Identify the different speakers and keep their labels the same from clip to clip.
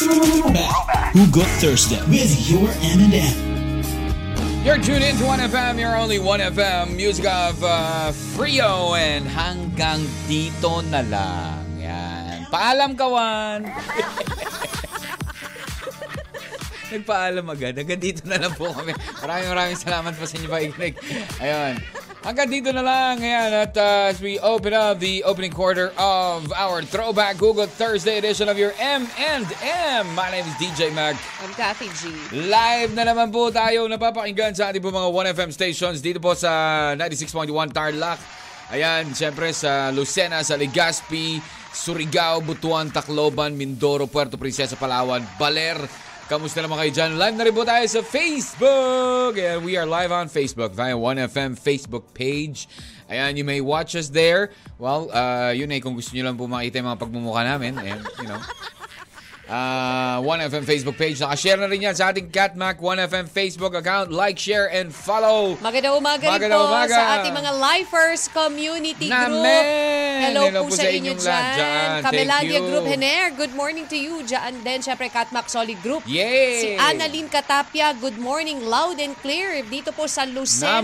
Speaker 1: Throwback. Who Got Thursday? With your M&M.
Speaker 2: You're tuned in to 1FM, your only 1FM. Music of uh, Frio and hanggang dito na lang. Yan. Paalam, kawan! Nagpaalam agad. Hanggang dito na lang po kami. Maraming maraming salamat po sa inyo paikinig. Ayun. Hanggang dito na lang. Ayan. At uh, as we open up the opening quarter of our Throwback Google Thursday edition of your M&M. My name is DJ Mag.
Speaker 3: I'm Kathy G.
Speaker 2: Live na naman po tayo napapakinggan sa ating po mga 1FM stations dito po sa 96.1 Tarlac. Ayan, syempre sa Lucena, sa Legazpi, Surigao, Butuan, Tacloban, Mindoro, Puerto Princesa, Palawan, Baler. Kamusta naman kayo dyan? Live na rin po tayo sa Facebook! And we are live on Facebook via 1FM Facebook page. Ayan, you may watch us there. Well, uh, yun ay kung gusto nyo lang po makita yung mga pagmumukha namin. And, you know, Uh, 1FM Facebook page. Nakashare na rin yan sa ating CatMac 1FM Facebook account. Like, share, and follow.
Speaker 3: Magandang umaga rin
Speaker 2: Magandang
Speaker 3: po
Speaker 2: umaga.
Speaker 3: sa ating mga lifers community group.
Speaker 2: Namen!
Speaker 3: Hello, po sa inyo
Speaker 2: lahat
Speaker 3: dyan.
Speaker 2: dyan. Thank
Speaker 3: Camellalia
Speaker 2: you.
Speaker 3: Group Hener, good morning to you. Dyan din, syempre, Katmak Solid Group.
Speaker 2: Yay!
Speaker 3: Si Annalyn Katapia, good morning, loud and clear. Dito po sa Lucena.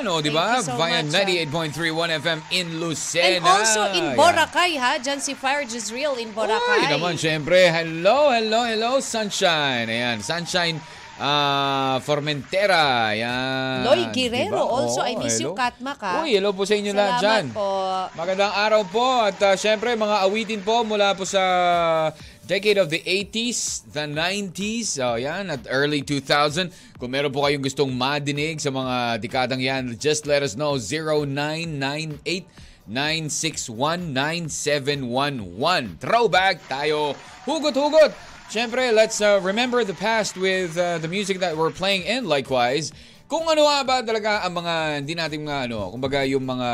Speaker 2: Naman, o, di ba?
Speaker 3: Thank you so
Speaker 2: Via
Speaker 3: much,
Speaker 2: 98.31 FM in
Speaker 3: ah.
Speaker 2: Lucena.
Speaker 3: And also in
Speaker 2: Ayan.
Speaker 3: Boracay, ha? Dyan si Fire Jezreel in Boracay.
Speaker 2: Uy, naman, syempre. Hello, hello, hello, Sunshine. Ayan, Sunshine ah, Formentera. Ayan.
Speaker 3: Loy Guerrero,
Speaker 2: Diba?
Speaker 3: also,
Speaker 2: Oo,
Speaker 3: I miss you,
Speaker 2: hello.
Speaker 3: Katmak, ha?
Speaker 2: Uy, hello po sa inyo lahat dyan.
Speaker 3: Salamat po.
Speaker 2: Magandang araw po at uh, syempre mga awitin po mula po sa decade of the 80s, the 90s, oh yan, at early 2000. Kung meron po kayong gustong madinig sa mga dekadang yan, just let us know 0998 961-9711. Throwback tayo. Hugot-hugot. Siyempre, let's uh, remember the past with uh, the music that we're playing and likewise, kung ano nga ba talaga ang mga hindi natin mga ano, kumbaga yung mga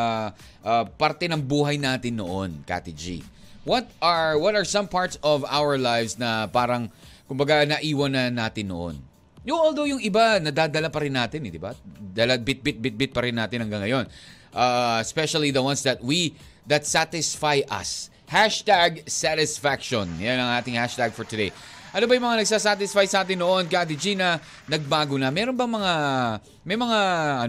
Speaker 2: ah, parte ng buhay natin noon, Kati G. What are what are some parts of our lives na parang kumbaga naiwan na natin noon? Yung although yung iba nadadala pa rin natin, eh, di ba? Dala bit bit bit bit pa rin natin hanggang ngayon. Ah, especially the ones that we that satisfy us. Hashtag satisfaction. Yan ang ating hashtag for today. Ano ba yung mga nagsasatisfy sa atin noon, Kati G, na nagbago na? Meron ba mga, may mga,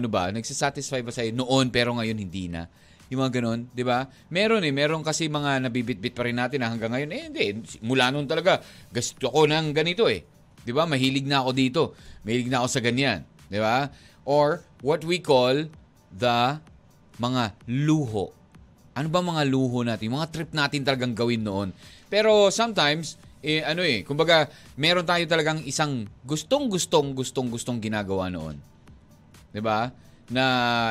Speaker 2: ano ba, nagsasatisfy ba sa'yo noon pero ngayon hindi na? Yung mga ganun, di ba? Meron eh, meron kasi mga nabibitbit pa rin natin na hanggang ngayon, eh hindi, mula noon talaga, gasto ko ng ganito eh. Di ba? Mahilig na ako dito. Mahilig na ako sa ganyan. Di ba? Or what we call the mga luho ano ba mga luho natin, mga trip natin talagang gawin noon. Pero sometimes, eh, ano eh, kumbaga, meron tayo talagang isang gustong-gustong, gustong-gustong ginagawa noon. 'di ba? Na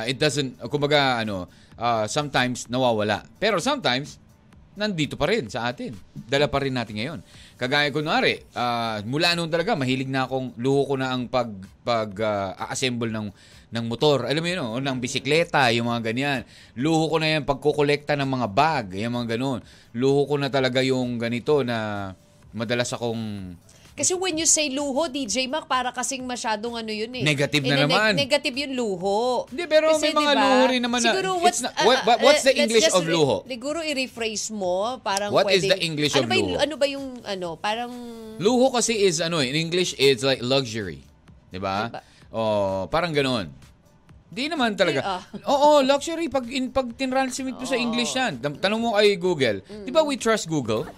Speaker 2: it doesn't kumbaga ano, ah, sometimes nawawala. Pero sometimes nandito pa rin sa atin. Dala pa rin natin ngayon. Kagaya kunwari, ah, mula noon talaga mahilig na akong luho ko na ang pag pag ah, assemble ng ng motor. Alam mo yun, oh, ng bisikleta, yung mga ganyan. Luho ko na yan pagkukolekta ng mga bag, yung mga ganun. Luho ko na talaga yung ganito na madalas akong
Speaker 3: Kasi when you say luho, DJ Mac, para kasing masyadong ano yun eh.
Speaker 2: Negative na
Speaker 3: Eh,
Speaker 2: naman.
Speaker 3: negative yung luho. diba,
Speaker 2: Hindi, pero may mga luho rin naman na-
Speaker 3: siguro
Speaker 2: it's
Speaker 3: what's, uh,
Speaker 2: not- what- what- what's the
Speaker 3: let's
Speaker 2: English
Speaker 3: just
Speaker 2: of luho?
Speaker 3: Siguro i-rephrase mo. Parang
Speaker 2: What is
Speaker 3: pwedeng-
Speaker 2: the English of
Speaker 3: ano ba yung-
Speaker 2: luho?
Speaker 3: Ano ba yung, ano, parang...
Speaker 2: Luho kasi is ano eh, in English it's like luxury. 'Di ba?
Speaker 3: Diba?
Speaker 2: Oh, parang ganoon. Di naman
Speaker 3: ah.
Speaker 2: talaga. Oo, luxury pag in, pag tinranslate mo sa
Speaker 3: Oh.
Speaker 2: English 'yan. Tam- Tanong mo kay Google. 'Di ba we trust Google?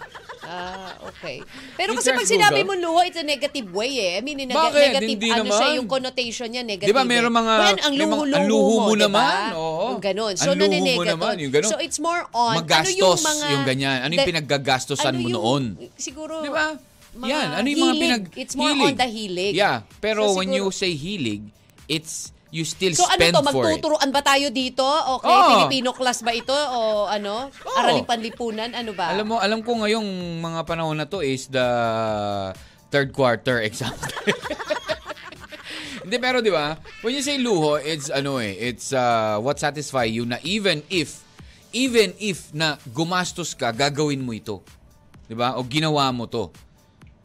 Speaker 3: Ah, okay. Pero
Speaker 2: Yung
Speaker 3: kasi pag
Speaker 2: search
Speaker 3: sinabi
Speaker 2: Google?
Speaker 3: mo luho, it's a negative way eh. I mean, in a
Speaker 2: Bakit?
Speaker 3: negative,
Speaker 2: Hindi
Speaker 3: ano siya,
Speaker 2: naman.
Speaker 3: yung connotation niya, negative.
Speaker 2: 'Di ba meron
Speaker 3: eh.
Speaker 2: mga
Speaker 3: Well, ang
Speaker 2: may
Speaker 3: luho,
Speaker 2: mga- ang luho mo
Speaker 3: diba?
Speaker 2: naman. Oo.
Speaker 3: Ang ganun. So,
Speaker 2: ang luho mo
Speaker 3: nane-negative.
Speaker 2: naman, yung ganun.
Speaker 3: So, it's more on,
Speaker 2: Magastos,
Speaker 3: ano yung mga...
Speaker 2: ganyan. Ano yung
Speaker 3: the-
Speaker 2: pinaggagastosan
Speaker 3: ano
Speaker 2: mo
Speaker 3: yung-
Speaker 2: noon?
Speaker 3: Siguro.
Speaker 2: Di ba?
Speaker 3: mga
Speaker 2: Yan, ano yung mga
Speaker 3: hilig.
Speaker 2: pinag
Speaker 3: It's more on the hilig.
Speaker 2: Yeah, pero
Speaker 3: So,
Speaker 2: when you
Speaker 3: siguro-
Speaker 2: say hilig, it's you still
Speaker 3: So ano
Speaker 2: spend for
Speaker 3: to,
Speaker 2: it. Oh.
Speaker 3: magtuturuan ba tayo dito? Okay,
Speaker 2: Oo.
Speaker 3: Filipino class ba ito? O ano?
Speaker 2: Oo.
Speaker 3: Araling panlipunan? Ano ba?
Speaker 2: Alam mo, alam ko ngayong mga panahon na to is the third quarter example. Hindi, pero di ba, when you say luho, it's ano eh, it's uh, what satisfy you na even if, even if na gumastos ka, gagawin mo ito. Di ba? O ginawa mo to.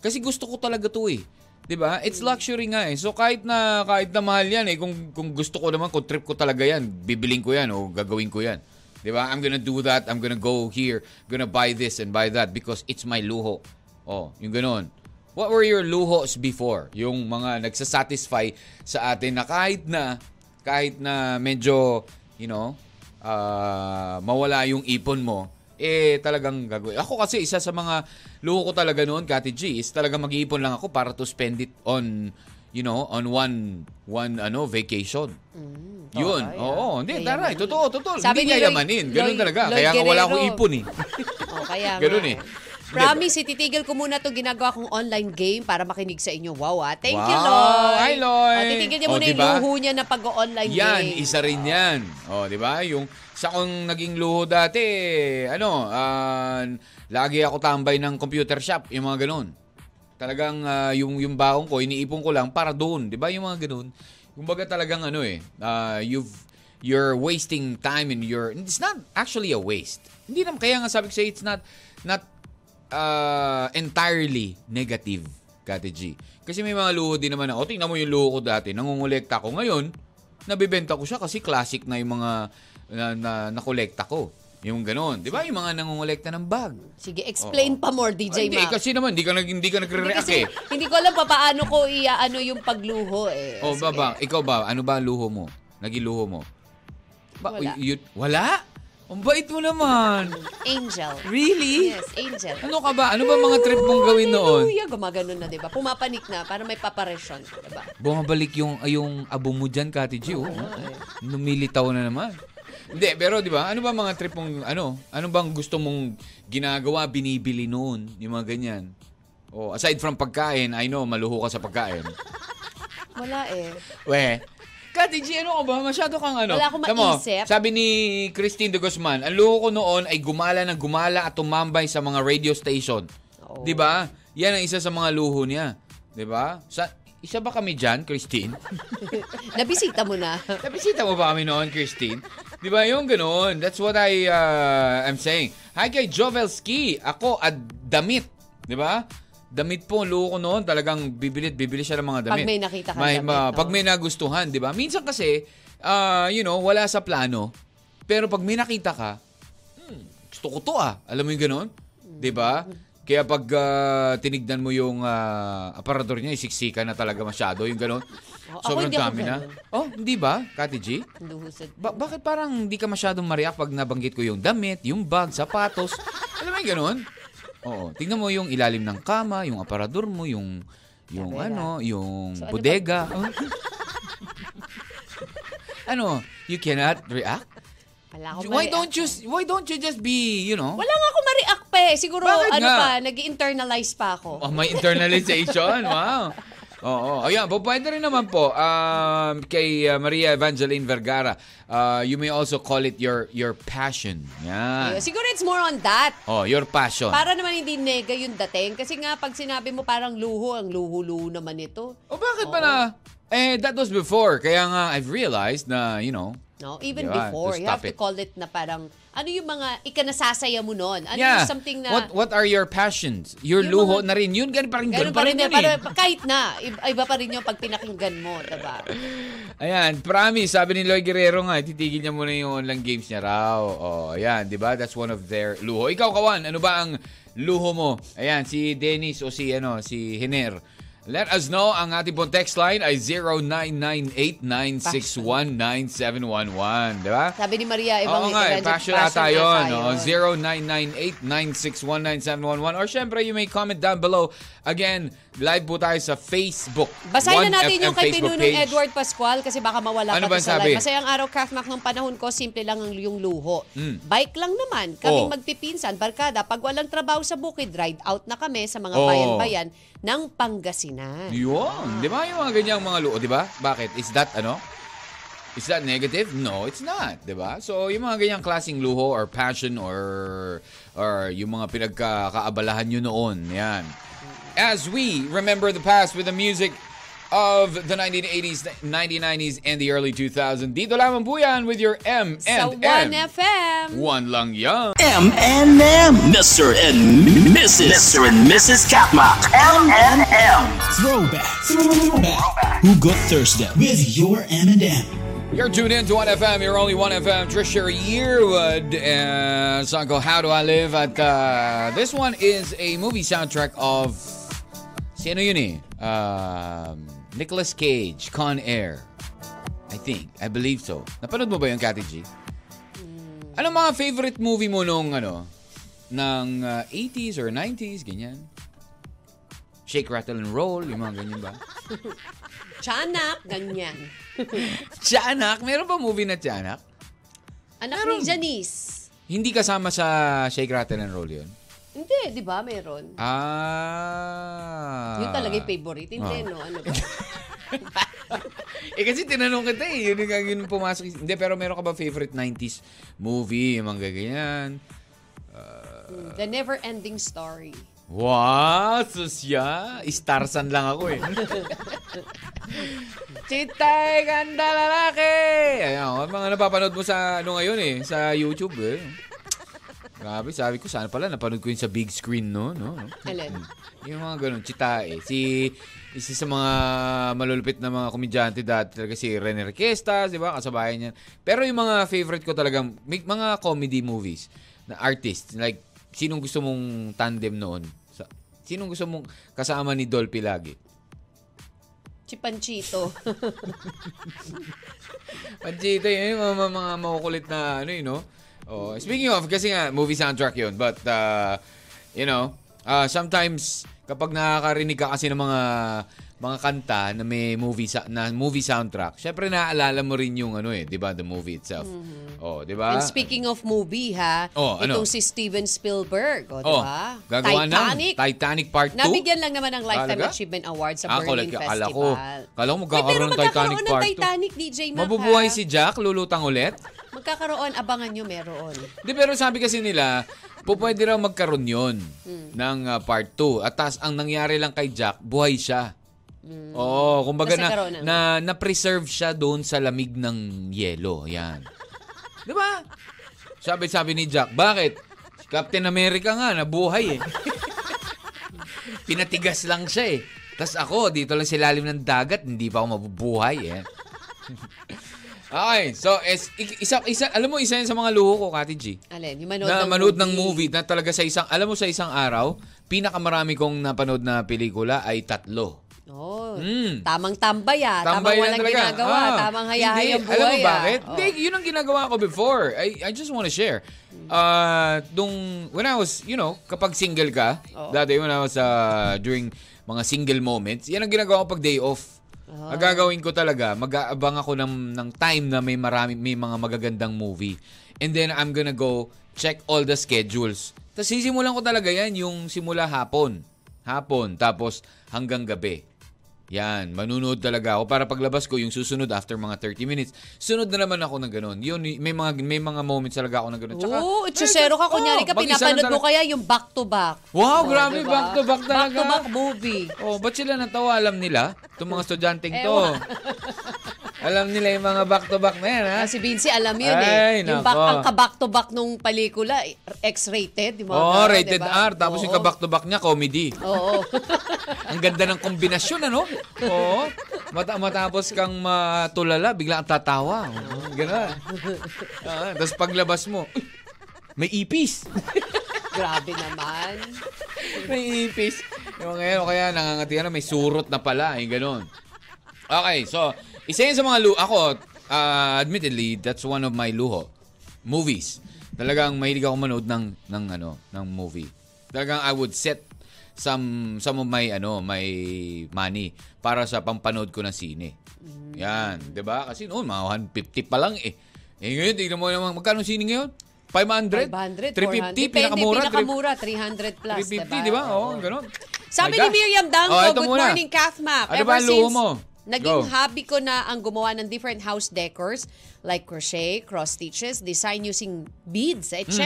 Speaker 2: Kasi gusto ko talaga to eh. Di ba? It's luxury nga eh. So kahit na, kahit na mahal yan eh, kung, kung gusto ko naman, kung trip ko talaga yan, bibiling ko yan o gagawin ko yan. Di ba? I'm gonna do that, I'm gonna go here, gonna buy this and buy that because it's my luho. Oh, yung ganun. What were your luhos before? Yung mga nagsasatisfy sa atin na kahit na, kahit na medyo, you know, ah, mawala yung ipon mo, eh talagang gagawin. Ako kasi isa sa mga luho ko talaga noon, Kati G, is talaga mag-iipon lang ako para to spend it on, you know, on one, one ano, vacation. Yun.
Speaker 3: Okay,
Speaker 2: Oo.
Speaker 3: ah.
Speaker 2: Hindi,
Speaker 3: Yayamanin.
Speaker 2: daray. Totoo, totoo.
Speaker 3: Sabi
Speaker 2: Oh, hindi
Speaker 3: ni Lloyd-
Speaker 2: yayamanin. Ganun
Speaker 3: Lloyd-
Speaker 2: talaga.
Speaker 3: Lloyd
Speaker 2: Kaya nga wala akong
Speaker 3: Guerrero.
Speaker 2: ipon eh.
Speaker 3: Oh, kaya nga
Speaker 2: Ganun eh.
Speaker 3: Promise, ititigil ko muna itong ginagawa kong online game para makinig sa inyo. Wow, ah. Thank you,
Speaker 2: Wow.
Speaker 3: Lloyd.
Speaker 2: Hi, Lloyd.
Speaker 3: Oh, titigil niya
Speaker 2: Oh,
Speaker 3: muna
Speaker 2: diba?
Speaker 3: yung luho niya na pag-online
Speaker 2: Yan,
Speaker 3: game.
Speaker 2: isa rin yan. O, di ba? Yung sa akong naging luho dati, ano, ah, lagi ako tambay ng computer shop, yung mga ganun. Talagang ah, yung, yung baon ko, iniipon ko lang para doon. Di ba yung mga ganun? Kumbaga talagang ano eh, ah, you've, you're wasting time and you're, it's not actually a waste. Hindi naman, kaya nga sabi ko sa'yo, it's not, not uh, entirely negative, Kati G. Kasi may mga luho din naman ako. Tingnan mo yung luho ko dati. Nangungulekta ko ngayon. Nabibenta ko siya kasi classic na yung mga na, na, nakolekta ko. Yung ganon. Di ba? Yung mga nangungulekta ng bag.
Speaker 3: Sige, explain pa
Speaker 2: Oh.
Speaker 3: more,
Speaker 2: Ay,
Speaker 3: DJ
Speaker 2: hindi,
Speaker 3: Mac.
Speaker 2: kasi naman, hindi ka, nag, hindi ka
Speaker 3: Hindi
Speaker 2: nagre-react
Speaker 3: kasi,
Speaker 2: eh.
Speaker 3: hindi ko alam pa paano ko iaano yung pagluho eh.
Speaker 2: Oh,
Speaker 3: Sige.
Speaker 2: baba, ikaw ba? Ano ba ang luho mo? Naging luho mo? Ba,
Speaker 3: Wala.
Speaker 2: y- yun- wala? Ang bait mo naman.
Speaker 3: Angel.
Speaker 2: Really?
Speaker 3: Yes, angel.
Speaker 2: Ano ka ba? Ano ba mga trip mong gawin noon?
Speaker 3: Hallelujah. Gumaganon na, di ba? Pumapanik na para may paparesyon. diba? Di ba?
Speaker 2: Bumabalik yung yung abo mo dyan, Kati G. Oh. Numilitaw na naman. Hindi, pero di ba? Ano ba mga trip mong, ano? Ano bang gusto mong ginagawa, binibili noon? Yung mga ganyan. Oh, aside from pagkain, I know, maluho ka sa pagkain.
Speaker 3: Wala eh.
Speaker 2: Weh. Kati G, ano ka ba? Masyado kang ano.
Speaker 3: Wala akong
Speaker 2: Tama,
Speaker 3: maisip.
Speaker 2: Sabi ni Christine de Guzman, ang luho ko noon ay gumala ng gumala at tumambay sa mga radio station.
Speaker 3: Oo.
Speaker 2: Di ba? Yan ang isa sa mga luho niya. Di ba? Sa, isa ba kami dyan, Christine?
Speaker 3: Nabisita mo na.
Speaker 2: Nabisita mo ba kami noon, Christine? Di ba yung ganun? That's what I uh, am saying. Hi kay Jovelski. Ako at damit. Di ba? Damit po, luho ko noon. Talagang bibilit, bibili siya ng mga damit.
Speaker 3: Pag may nakita kang damit,
Speaker 2: ma-
Speaker 3: no?
Speaker 2: Pag may nagustuhan, di ba? Minsan kasi, ah, you know, wala sa plano. Pero pag may nakita ka, gusto ko to ah. Alam mo yung ganun? Di ba? Kaya pag ah, tinignan mo yung ah, aparador niya, isiksika na talaga masyado. Yung ganun.
Speaker 3: Oh, ako
Speaker 2: Sobrang
Speaker 3: hindi ako
Speaker 2: dami na.
Speaker 3: ganun.
Speaker 2: Oh, hindi ba, Kati G?
Speaker 3: Luhusod.
Speaker 2: Ba- bakit parang hindi ka masyadong mariyak pag nabanggit ko yung damit, yung bag, sapatos? Alam mo yung ganun? Oo. Tingnan mo yung ilalim ng kama, yung aparador mo, yung yung
Speaker 3: Tabera.
Speaker 2: ano, yung
Speaker 3: So, ano ba-
Speaker 2: bodega. Oh. ano, you cannot react?
Speaker 3: Wala akong
Speaker 2: Why
Speaker 3: mali-
Speaker 2: don't you why don't you just be, you know?
Speaker 3: Wala nga ako mariak pa eh. Siguro,
Speaker 2: Bakit
Speaker 3: ano
Speaker 2: nga?
Speaker 3: pa, nag-internalize pa ako.
Speaker 2: Oh, may internalization. wow. Oo. Ayan, po, pwede rin naman po um, kay uh, Maria Evangeline Vergara. Uh, you may also call it your your passion. Yan.
Speaker 3: Ayun. Siguro it's more on that.
Speaker 2: Oh, your passion.
Speaker 3: Para naman hindi nega yung dating. Kasi nga, pag sinabi mo parang luho, ang luho-luho naman ito.
Speaker 2: o bakit ba na? Eh, that was before. Kaya nga, I've realized na, you know,
Speaker 3: No? Even
Speaker 2: Diba? To
Speaker 3: before, you
Speaker 2: stop
Speaker 3: have
Speaker 2: it.
Speaker 3: to call it na parang, ano yung mga ikanasasaya mo noon? Ano
Speaker 2: yeah.
Speaker 3: yung something na...
Speaker 2: what what are your passions? Your
Speaker 3: Yung
Speaker 2: luho
Speaker 3: mga-
Speaker 2: na rin yun. Ganun pa rin, ganun
Speaker 3: Ganun
Speaker 2: pa rin,
Speaker 3: eh.
Speaker 2: yun eh.
Speaker 3: Para- kahit na, iba iba pa rin yung pag pinakinggan mo, diba?
Speaker 2: Ayan, promise, sabi ni Lloyd Guerrero nga, titigil niya muna yung online games niya raw. Oh, ayan, di ba? That's one of their luho. Ikaw, Kawan, ano ba ang luho mo? Ayan, si Dennis o si, ano, si Hiner. Let us know. Ang ating pong text line ay 0998-961-9711. Di ba?
Speaker 3: Sabi ni Maria, ibang
Speaker 2: Oo nga, eh,
Speaker 3: ibang-
Speaker 2: passion
Speaker 3: passion
Speaker 2: ata
Speaker 3: nga
Speaker 2: yun. Oh,
Speaker 3: tayo.
Speaker 2: 0998-961-9711. Or syempre, you may comment down below. Again, live po tayo sa Facebook.
Speaker 3: Basahin
Speaker 2: 1FM
Speaker 3: na natin yung kay
Speaker 2: Facebook
Speaker 3: Pinunong
Speaker 2: page.
Speaker 3: Edward Pascual kasi baka mawala
Speaker 2: Ano
Speaker 3: pa
Speaker 2: ba
Speaker 3: to sa
Speaker 2: sabi?
Speaker 3: live. Masayang araw, Kraftmak, nung panahon ko, simple lang ang yung luho.
Speaker 2: Mm.
Speaker 3: Bike lang naman. Kaming
Speaker 2: Oh.
Speaker 3: magpipinsan, barkada. Pag walang trabaho sa bukid, ride out na kami sa mga
Speaker 2: Oh.
Speaker 3: bayan-bayan ng Pangasinan.
Speaker 2: Yun. Di ba yung mga ganyang mga luo, di ba? Bakit? Is that ano? Is that negative? No, it's not, di ba? So, yung mga ganyang klaseng luho or passion or or yung mga pinagkakaabalahan nyo noon, yan. as we remember the past with the music of the 1980s, 1990s, and the early 2000s. Dito lamang po yan with your M
Speaker 3: Sa
Speaker 2: and M.
Speaker 3: 1FM.
Speaker 2: One lang yan.
Speaker 1: M and M. Mr. and Mrs. Mr. and Mrs. Katmak.
Speaker 4: M and M.
Speaker 1: Throwback. Throwback. Who got Thursday with your M and M.
Speaker 2: You're tuned in to 1FM, your only 1FM, Trisha Yearwood, and song called How Do I Live? At uh, this one is a movie soundtrack of, sino yun eh? Um, Nicolas Cage, Con Air. I think, I believe so. Napanood mo ba yung Kati G? Ano mga favorite movie mo nung ano, ng uh, 80s or 90s, ganyan? Shake, Rattle, and Roll, yung mga ganyan ba?
Speaker 3: Tiyanak, ganyan.
Speaker 2: Tiyanak? Meron ba movie na Tiyanak?
Speaker 3: Anak ni Janice.
Speaker 2: Hindi kasama sa Shake, Rattle, and Roll yun?
Speaker 3: Hindi, di ba? Meron.
Speaker 2: Ah.
Speaker 3: Yun talaga yung favorite. Hindi,
Speaker 2: Ah.
Speaker 3: no? Ano ba?
Speaker 2: Eh kasi tinanong kita eh. Yun yung yun yung pumasok. Hindi, pero meron ka ba favorite 90s movie? Yung mga ganyan.
Speaker 3: The never-ending story.
Speaker 2: Wow, susya. Starsan lang ako eh. Chitay, ganda lalaki! Ayan, oh, mga napapanood mo sa ano ngayon eh, sa YouTube eh. Grabe, sabi ko, sana pala napanood ko yun sa big screen, no? no? no?
Speaker 3: Alin?
Speaker 2: Yung mga ganun, chitae. Si, isa sa mga malulupit na mga komedyante dati talaga si Rene Requestas, di ba? Kasabayan niya. Pero yung mga favorite ko talaga, may mga comedy movies na artist. Like, sinong gusto mong tandem noon? Sa, sinong gusto mong kasama ni Dolphy lagi?
Speaker 3: Chipanchito.
Speaker 2: Panchito, yun yung mga, mga makukulit na ano yun, no? Oh, speaking of, kasi nga, movie soundtrack yun. But, uh, you know, uh, sometimes, kapag nakakarinig ka kasi ng mga mga kanta na may movie sa na movie soundtrack. Syempre naaalala mo rin yung ano eh, 'di ba, the movie itself. Oh, 'di ba?
Speaker 3: Mm-hmm. And speaking of movie, ha?
Speaker 2: Oh, ano?
Speaker 3: Itong si Steven Spielberg. O, di
Speaker 2: oh,
Speaker 3: ba?
Speaker 2: gagawa
Speaker 3: Titanic.
Speaker 2: ng Titanic Part 2.
Speaker 3: Nabigyan lang naman ng Lifetime
Speaker 2: Talaga?
Speaker 3: Achievement Award sa
Speaker 2: Ah,
Speaker 3: Berlin
Speaker 2: kala- kala
Speaker 3: Festival.
Speaker 2: ko- kala ko magkakaroon
Speaker 3: Uy,
Speaker 2: ng
Speaker 3: pero magkakaroon
Speaker 2: Titanic Part
Speaker 3: ng
Speaker 2: two.
Speaker 3: Titanic, DJ Mac.
Speaker 2: Mabubuhay
Speaker 3: ha?
Speaker 2: si Jack, lulutang ulit.
Speaker 3: Magkakaroon, abangan nyo, meron.
Speaker 2: Di, pero sabi kasi nila, po pwede raw magkaroon yon ng ah, part 2. At tas, ang nangyari lang kay Jack, buhay siya. Oo, kumbaga na,
Speaker 3: Basta karoon na.
Speaker 2: na, na-preserve siya doon sa lamig ng yelo. Yan. Di ba? Sabi-sabi ni Jack, bakit? Captain America nga, nabuhay eh. Pinatigas lang siya eh. Tapos ako, dito lang sa ilalim ng dagat, hindi pa ako mabubuhay eh. okay, so is, isa, isa, alam mo, isa yan sa mga luho ko, Kati G
Speaker 3: Alin, yung manood
Speaker 2: na
Speaker 3: ng
Speaker 2: manood
Speaker 3: movie.
Speaker 2: ng movie na talaga sa isang, alam mo sa isang araw, pinakamarami kong napanood na pelikula ay tatlo.
Speaker 3: Oh,
Speaker 2: Mm.
Speaker 3: tamang tambay ah.
Speaker 2: Tambay
Speaker 3: tamang
Speaker 2: na
Speaker 3: walang
Speaker 2: talaga.
Speaker 3: ginagawa.
Speaker 2: Ah,
Speaker 3: tamang hayahay
Speaker 2: hindi.
Speaker 3: ang buhay
Speaker 2: Alam mo
Speaker 3: ah.
Speaker 2: bakit?
Speaker 3: Oh.
Speaker 2: Hindi, yun ang ginagawa ko before. I, I just want to share. Uh, dung, when I was, you know, kapag single ka,
Speaker 3: Oo.
Speaker 2: dati when I was uh, during mga single moments, yan ang ginagawa ko pag day off.
Speaker 3: Ah.
Speaker 2: Ang gagawin ko talaga, mag-aabang ako ng, ng time na may marami, may mga magagandang movie. And then I'm gonna go check all the schedules. Tapos sisimulan ko talaga yan yung simula hapon. Hapon, tapos hanggang gabi. Yan, manunood talaga ako para paglabas ko yung susunod after mga 30 minutes. Sunod na naman ako ng ganun. Yun, may mga may mga moments talaga ako na ganun. Tsaka,
Speaker 3: Oo, etsyosero ka.
Speaker 2: Oo,
Speaker 3: Kunyari ka,
Speaker 2: mag-isa
Speaker 3: pinapanood
Speaker 2: lang
Speaker 3: mo
Speaker 2: talaga.
Speaker 3: kaya yung back-to-back.
Speaker 2: Wow,
Speaker 3: Oh,
Speaker 2: grabe,
Speaker 3: diba?
Speaker 2: back-to-back talaga.
Speaker 3: Back-to-back movie.
Speaker 2: Oh, ba't sila natawa? Alam nila? Itong mga estudyanteng to.
Speaker 3: Ewan.
Speaker 2: Alam nila yung mga back-to-back na yan, ha?
Speaker 3: Kasi Vinci, alam yun
Speaker 2: Ay,
Speaker 3: eh.
Speaker 2: nako.
Speaker 3: Yung back, ang ka-back-to-back nung pelikula, eh, X-rated. Yung mga
Speaker 2: Oo, oh,
Speaker 3: ganun,
Speaker 2: rated
Speaker 3: diba?
Speaker 2: R. Tapos yung
Speaker 3: Oo.
Speaker 2: ka-back-to-back niya, comedy.
Speaker 3: Oo.
Speaker 2: Ang ganda ng kombinasyon, ano? Oo. Mata matapos kang matulala, bigla ang tatawa. Oo, Ganun. Ah, Tapos paglabas mo, "Uy, may ipis.
Speaker 3: Grabe naman.
Speaker 2: may ipis. Yung ngayon, kaya nangangatihan na may surot na pala. Yung ganun. Okay, so, isa yun sa mga luho. Ako, uh, admittedly, that's one of my luho. Movies. Talagang mahilig ako manood ng, ng, ano, ng movie. Talagang I would set some some of my ano my money para sa pampanood ko ng sine. Yan, 'di ba? Kasi noon mga 150 pa lang eh. Eh ngayon tingnan mo naman magkano sine ngayon? 500, 350
Speaker 3: 500, 400. Depende,
Speaker 2: pinakamura,
Speaker 3: pinakamura, 300 plus,
Speaker 2: 350, di
Speaker 3: diba?
Speaker 2: ba? diba? Oo, ganun. My
Speaker 3: Sabi ni
Speaker 2: God.
Speaker 3: Miriam Dango,
Speaker 2: Oh, ito
Speaker 3: good
Speaker 2: muna.
Speaker 3: morning, Kathma.
Speaker 2: Ano ba ang luho mo?
Speaker 3: naging
Speaker 2: Go.
Speaker 3: hobby ko na ang gumawa ng different house decors like crochet, cross stitches, design using beads,
Speaker 2: Mm.
Speaker 3: etc.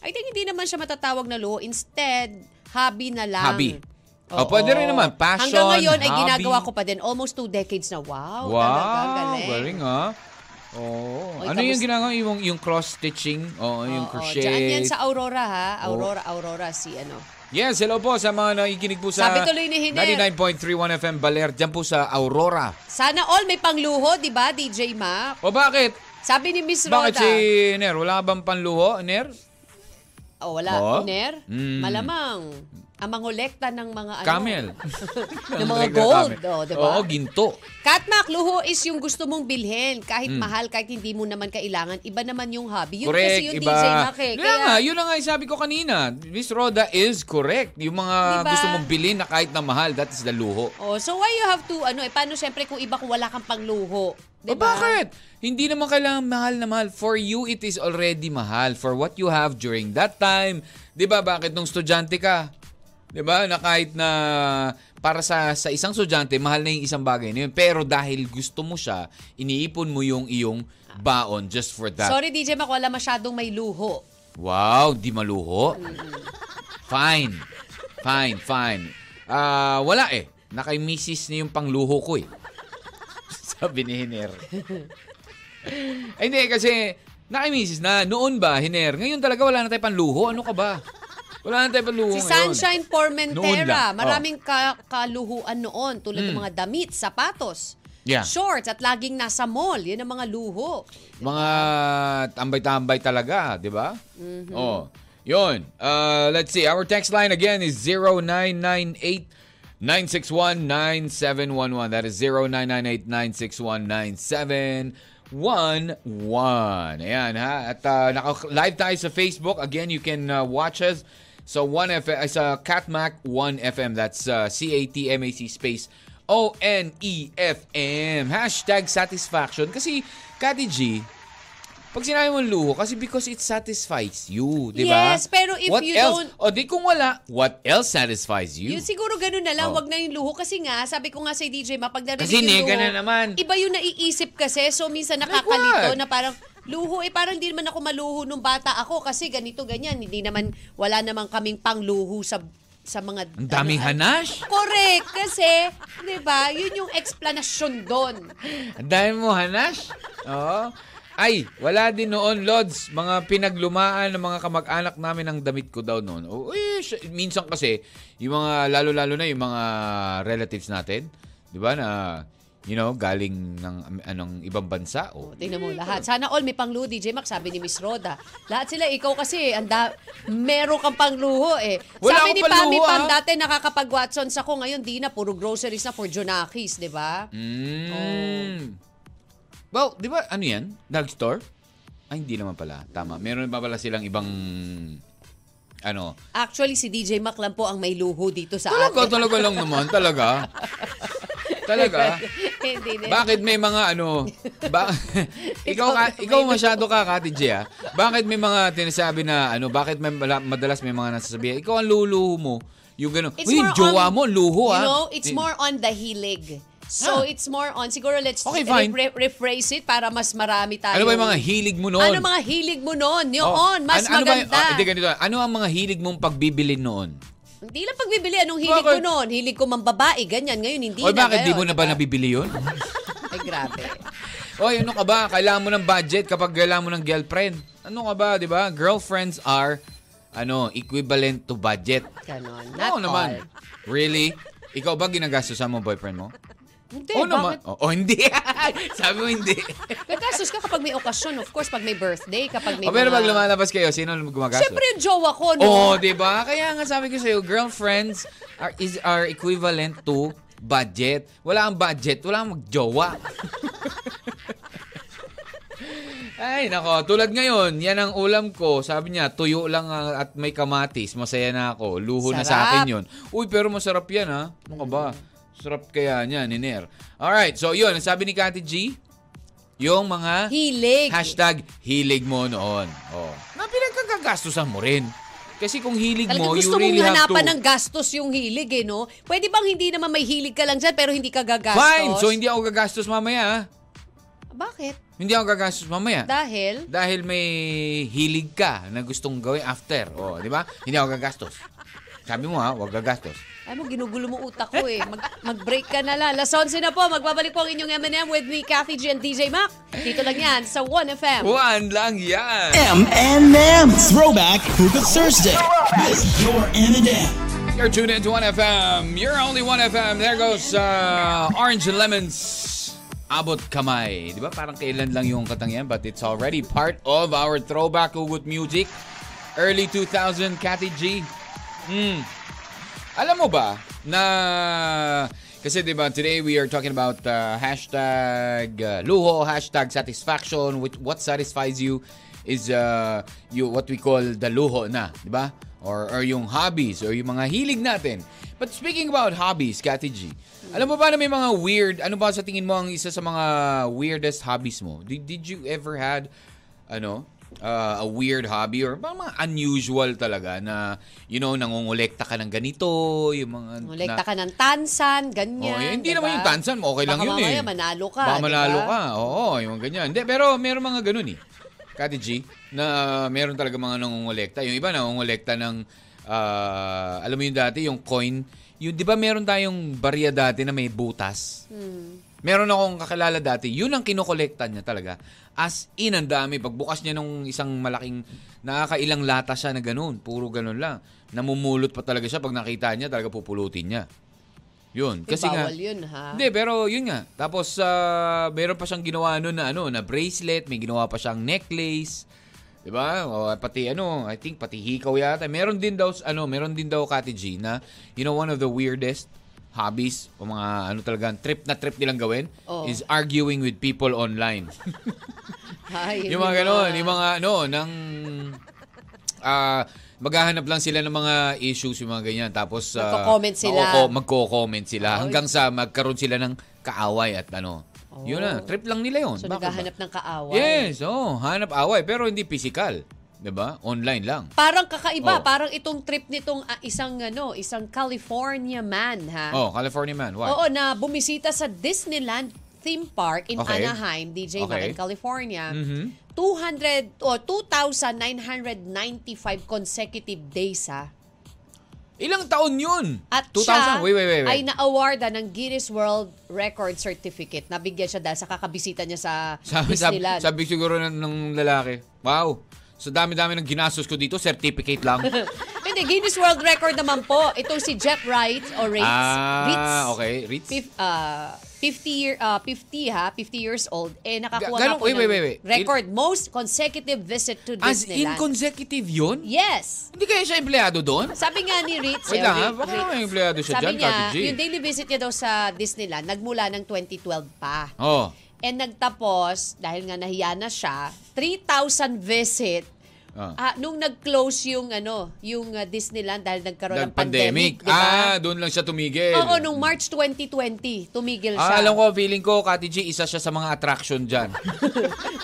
Speaker 3: I think hindi naman siya matatawag na luho. Instead, hobby na lang.
Speaker 2: Hobby. Oh, pwede rin naman. Passion,
Speaker 3: Hanggang ngayon ay
Speaker 2: hobby.
Speaker 3: ginagawa ko pa din. Almost two decades na. Wow, talaga, ang
Speaker 2: Wow,
Speaker 3: galing.
Speaker 2: galing ha. Oh,
Speaker 3: Oy,
Speaker 2: ano yung
Speaker 3: kamusta?
Speaker 2: ginagawa yung yung cross stitching? Oh, yung
Speaker 3: Oo,
Speaker 2: crochet. Oh.
Speaker 3: Diyan yan sa Aurora ha. Aurora, Aurora si ano.
Speaker 2: Yes, hello po sa mga nakikinig po sa
Speaker 3: Sabi tuloy ni Hinel.
Speaker 2: 99.31 FM Baler diyan po sa Aurora.
Speaker 3: Sana all may pangluho, di ba, DJ Mac?
Speaker 2: O bakit?
Speaker 3: Sabi ni Miss Roda.
Speaker 2: Bakit si Ner? Wala bang panluho, Ner?
Speaker 3: Oh, wala.
Speaker 2: Oh?
Speaker 3: Ner?
Speaker 2: Mm.
Speaker 3: Malamang. Ang mangolekta ng mga ano.
Speaker 2: Camel.
Speaker 3: ng mga gold.
Speaker 2: Camel.
Speaker 3: Oh, di ba?
Speaker 2: Oo, ginto.
Speaker 3: Katmak, luho is yung gusto mong bilhin. Kahit mahal, kahit hindi mo naman kailangan. Iba naman yung hobby. Yun
Speaker 2: Hmm. correct,
Speaker 3: kasi yung
Speaker 2: iba.
Speaker 3: DJ Mac eh.
Speaker 2: Yun
Speaker 3: Kaya-
Speaker 2: nga, yun na nga yung sabi ko kanina. Miss Roda is correct. Yung mga
Speaker 3: Diba?
Speaker 2: gusto mong bilhin na kahit na mahal, that is the luho.
Speaker 3: Oh, so why you have to, ano eh, paano siyempre kung iba kung wala kang pangluho?
Speaker 2: O Ah, Oh,
Speaker 3: Diba?
Speaker 2: bakit? Hindi naman kailangan mahal na mahal. For you, it is already mahal. For what you have during that time. Di ba bakit nung estudyante ka? Di ba na kahit na para sa, sa isang estudyante, mahal na yung isang bagay na yun. Pero dahil gusto mo siya, iniipon mo yung iyong baon just for that.
Speaker 3: Sorry DJ Mac, wala masyadong may luho.
Speaker 2: Wow, di maluho. Fine. Fine, fine. Ah, wala eh. Naka-missis na yung pangluho ko eh. Sabi ni Hiner. Ay, hindi kasi naka-missis na. Noon ba, Hiner? Ngayon talaga wala na tayo panluho. Ano ka ba? Wala na tayo panluho
Speaker 3: Si
Speaker 2: ngayon.
Speaker 3: Sunshine
Speaker 2: Noon lang.
Speaker 3: Formentera,
Speaker 2: Oh. Hmm.
Speaker 3: maraming ka- kaluhuan noon tulad ng mga damit, sapatos,
Speaker 2: Yeah.
Speaker 3: shorts at laging nasa mall. Yun ang mga luho.
Speaker 2: Mga tambay-tambay talaga, di ba? Oh. Yun. Uh, let's see. Our text line again is 0998-961-9711. That is 0998-961-9711. Ayan ha. At uh, naka-live tayo sa Facebook. Again, you can uh, watch us sa 1FM, uh, sa Catmac 1FM. That's uh, C-A-T-M-A-C space O-N-E-F-M. E Hashtag satisfaction. Kasi, Kati G, pag sinabi mo luho, kasi because it satisfies you, di ba?
Speaker 3: Yes, pero if
Speaker 2: what
Speaker 3: you
Speaker 2: else?
Speaker 3: don't-
Speaker 2: O di kung wala, what else satisfies you?
Speaker 3: Yun siguro ganun na lang,
Speaker 2: Oh.
Speaker 3: wag na yung luho. Kasi nga, sabi ko nga sa DJ Ma, pag narinig
Speaker 2: Kasi
Speaker 3: yung
Speaker 2: nega
Speaker 3: luho,
Speaker 2: na naman.
Speaker 3: iba yung naiisip kasi. So minsan
Speaker 2: Like what?
Speaker 3: nakakalito na parang, luho eh, parang hindi naman ako maluho nung bata ako kasi ganito, ganyan. Hindi naman, wala naman kaming pangluho sa sa mga...
Speaker 2: Ang daming
Speaker 3: ano-
Speaker 2: hanash.
Speaker 3: Correct, kasi, di ba, yun yung explanation doon.
Speaker 2: Ang dami mo hanash. Oo. Ay, wala din noon, Lods. Mga pinaglumaan ng mga kamag-anak namin ang damit ko daw noon. O, eh, sy- minsan kasi, yung mga, lalo-lalo na yung mga relatives natin, di ba, na, you know, galing ng um, anong ibang bansa. Oh. O,
Speaker 3: Tingnan mo lahat. Sana all may pangluho, DJ Mac, sabi ni Miss Roda. Lahat sila, ikaw kasi, anda, meron kang pangluho eh.
Speaker 2: Wala
Speaker 3: sabi
Speaker 2: akong
Speaker 3: ni Pami
Speaker 2: pangluho,
Speaker 3: Pam,
Speaker 2: ah.
Speaker 3: dati nakakapag-Watsons ako, ngayon di na, puro groceries na for Junakis, di ba?
Speaker 2: Mm. Well, di ba, ano yan? Drugstore? Ay, hindi naman pala. Tama. Meron pa pala silang ibang, ano,
Speaker 3: Actually, si DJ Mac lang po ang may luho dito sa
Speaker 2: Talaga,
Speaker 3: atin.
Speaker 2: talaga lang naman. Talaga. talaga.
Speaker 3: Hindi na.
Speaker 2: Bakit may mga ano? Ba- ikaw ka, ikaw masyado ka, Kati G, ah. Bakit may mga tinasabi na ano? Bakit may mala- madalas may mga nasasabi? Ikaw ang luluho mo. Yung gano'n.
Speaker 3: It's
Speaker 2: Uy, yung
Speaker 3: more
Speaker 2: jowa
Speaker 3: on-
Speaker 2: mo, luho ah.
Speaker 3: You know, it's
Speaker 2: Di-
Speaker 3: more on the hilig.
Speaker 2: Ah.
Speaker 3: So, it's more on, siguro let's
Speaker 2: Okay, fine.
Speaker 3: re- re- rephrase it para mas marami tayo.
Speaker 2: Ano ba yung mga hilig mo noon?
Speaker 3: Ano mga hilig mo noon? Yun,
Speaker 2: Oh,
Speaker 3: mas
Speaker 2: ano- ano ba yung-
Speaker 3: maganda.
Speaker 2: ah, Hindi, ganito. Ano ang mga hilig mong pagbibilin noon?
Speaker 3: Hindi lang pagbibili. Anong hilig
Speaker 2: Bakit?
Speaker 3: ko noon? Hilig ko mambabae. Ganyan. Ngayon, hindi
Speaker 2: Oy,
Speaker 3: na.
Speaker 2: bakit di
Speaker 3: ngayon,
Speaker 2: mo na ba
Speaker 3: diba?
Speaker 2: nabibili yun?
Speaker 3: Ay, grabe.
Speaker 2: Oy, ano ka ba? Kailangan mo ng budget kapag kailangan mo ng girlfriend. Ano ka ba, di ba? Girlfriends are, ano, equivalent to budget.
Speaker 3: Ganon. Not
Speaker 2: Oo naman.
Speaker 3: all.
Speaker 2: Really? Ikaw ba ginagastusan mo boyfriend mo?
Speaker 3: Hindi,
Speaker 2: Oo naman.
Speaker 3: bakit?
Speaker 2: Oo, oh, hindi. Sabi mo hindi.
Speaker 3: Gagastos ka kapag may okasyon. Of course, pag may birthday, kapag
Speaker 2: o,
Speaker 3: may
Speaker 2: Oh, pero pag
Speaker 3: mga-
Speaker 2: lumalabas kayo, sino ang gumagastos?
Speaker 3: Siyempre yung jowa ko, no?
Speaker 2: Oo, di ba? Kaya nga sabi ko sa'yo, girlfriends are, is, are equivalent to budget. Wala ang budget, wala ang magjowa. Ay, nako. Tulad ngayon, yan ang ulam ko. Sabi niya, tuyo lang ang- at may kamatis. Masaya na ako. Luho na sa
Speaker 3: Sarap.
Speaker 2: akin yun. Uy, pero masarap yan, ha? Ano ka ba? Sarap kaya niya, niner. Alright, so yun. ang Sabi ni Kati G, yung mga...
Speaker 3: Hilig.
Speaker 2: Hashtag hilig mo noon. Oh. Na pinagkagagastusan mo rin. Kasi kung hilig mo,
Speaker 3: Talagang
Speaker 2: you
Speaker 3: gusto mong
Speaker 2: really have to.
Speaker 3: hanapan ng gastos yung hilig, eh, no? Pwede bang hindi naman may hilig ka lang dyan, pero hindi ka gagastos?
Speaker 2: Fine, so hindi ako gagastos mamaya. ah.
Speaker 3: Bakit?
Speaker 2: Hindi ako gagastos mamaya.
Speaker 3: Dahil?
Speaker 2: Dahil may hilig ka na gustong gawin after. Oh, di ba? Hindi ako gagastos. Sabi mo ha, wag gagastos.
Speaker 3: Ay mo, ginugulo mo utak ko eh. Mag, mag-break ka na lang. Las 11 na po. Magbabalik po ang inyong M&M with me, Kathy G and DJ Mac. Dito lang yan sa 1FM.
Speaker 2: One lang yan.
Speaker 3: Eh,
Speaker 1: M&M. Throwback Hugot Thursday with your M&M.
Speaker 2: You're tuned into 1FM. You're only 1FM. There goes uh, Orange and Lemons. Abot kamay. Di ba parang kailan lang yung katang yan but it's already part of our throwback ugot music. Early 2000, Cathy G. Mm. Alam mo ba na kasi 'di ba today we are talking about uh, hashtag uh, luho, hashtag satisfaction which what satisfies you is uh, you what we call the luho na, 'di ba? Or or yung hobbies or yung mga hilig natin. But speaking about hobbies, Kati G. Alam mo ba na may mga weird, ano ba sa tingin mo ang isa sa mga weirdest hobbies mo? Did, did you ever had ano, uh, a weird hobby or parang mga unusual talaga na, you know, nangungulekta ka ng ganito, yung mga...
Speaker 3: Molekta
Speaker 2: na-
Speaker 3: ka ng tansan, ganyan.
Speaker 2: Oh, hindi
Speaker 3: diba?
Speaker 2: naman yung tansan, okay lang
Speaker 3: Baka
Speaker 2: yun eh.
Speaker 3: mamaya manalo ka,
Speaker 2: Baka
Speaker 3: diba?
Speaker 2: manalo ka, oo, yung ganyan. Hindi, pero meron mga ganun eh. Kati G, na ah, meron talaga mga nangungulekta. Yung iba nangungulekta ng, ah, alam mo yun dati, yung coin. Yung, di ba meron tayong barya dati na may butas?
Speaker 3: Hmm.
Speaker 2: Meron akong kakilala dati, yun ang kinokolekta niya talaga. As in, ang dami. Pagbukas niya nung isang malaking, nakakailang lata siya na ganun. Puro ganun lang. Namumulot pa talaga siya. Pag nakita niya, talaga pupulutin niya. Yun.
Speaker 3: Kasi
Speaker 2: Kasi nga,
Speaker 3: bawal yun, ha?
Speaker 2: hindi, pero yun nga. Tapos, ah, meron pa siyang ginawa noon na, ano, na bracelet, may ginawa pa siyang necklace. Di ba? O, pati ano, I think pati hikaw yata. Meron din daw, ano, meron din daw, Kati G, na, you know, one of the weirdest hobbies o mga ano talagang trip na trip nilang gawin
Speaker 3: Oo.
Speaker 2: is arguing with people online.
Speaker 3: Ay, diba?
Speaker 2: yung mga gano'n, yung mga ano, ng... ah maghahanap lang sila ng mga issues, yung mga ganyan. Tapos... ah,
Speaker 3: Magko-comment sila.
Speaker 2: mako- magko-comment sila.
Speaker 3: Oo.
Speaker 2: Hanggang sa magkaroon sila ng kaaway at ano. Yun na, trip lang nila yun.
Speaker 3: Oh. So,
Speaker 2: Bakit ba?
Speaker 3: naghahanap ng kaaway.
Speaker 2: Yes, oh, hanap away. Pero hindi physical. 'di ba Online lang.
Speaker 3: Parang kakaiba,
Speaker 2: Oh.
Speaker 3: parang itong trip nitong ah, isang ano, isang California man ha.
Speaker 2: Oh, California man. What?
Speaker 3: Ah. Oo, na bumisita sa Disneyland theme park in
Speaker 2: Okay.
Speaker 3: Anaheim, DJ Mac
Speaker 2: Okay. Mm-hmm.
Speaker 3: in California. 200 o 2,995 consecutive days ha.
Speaker 2: Ilang taon yun?
Speaker 3: At
Speaker 2: 2000?
Speaker 3: siya
Speaker 2: wait, wait, wait, wait.
Speaker 3: ay na-awarda ng Guinness World Record Certificate. Nabigyan siya dahil sa kakabisita niya sa
Speaker 2: Sabi, sabi,
Speaker 3: Disneyland.
Speaker 2: sabi siguro ng, ng lalaki, wow, sa dami-dami ng ginastos ko dito, certificate lang.
Speaker 3: Hindi, Guinness World Record naman po. Itong si Jeff Wright o Rates. Ritz.
Speaker 2: ah, okay. Ritz.
Speaker 3: Fif, ah, 50 year ah, 50 ha 50 years old eh nakakuha
Speaker 2: Ga- ganun-
Speaker 3: na po
Speaker 2: wait,
Speaker 3: ng
Speaker 2: wait, wait, wait.
Speaker 3: record most consecutive visit to
Speaker 2: As in
Speaker 3: Disneyland
Speaker 2: consecutive yun?
Speaker 3: yes
Speaker 2: Hindi kaya siya empleyado doon?
Speaker 3: sabi nga ni Rich
Speaker 2: Wait
Speaker 3: eh,
Speaker 2: lang
Speaker 3: Ri-
Speaker 2: ha, baka
Speaker 3: Ritz,
Speaker 2: may empleyado siya dyan,
Speaker 3: sabi niya
Speaker 2: Kati G.
Speaker 3: yung daily visit niya daw sa Disneyland nagmula ng 2012 pa
Speaker 2: Oh.
Speaker 3: and nagtapos dahil nga nahiya na siya 3,000 visit
Speaker 2: Ah.
Speaker 3: Ah, nung nag-close yung ano, yung ah, Disneyland dahil nagkaroon ng
Speaker 2: Nag-pandemic.
Speaker 3: pandemic, di ba?
Speaker 2: Ah, doon lang siya tumigil.
Speaker 3: Oo, nung March 2020, tumigil
Speaker 2: Ah,
Speaker 3: siya.
Speaker 2: alam ko, feeling ko, Kati G, isa siya sa mga attraction dyan.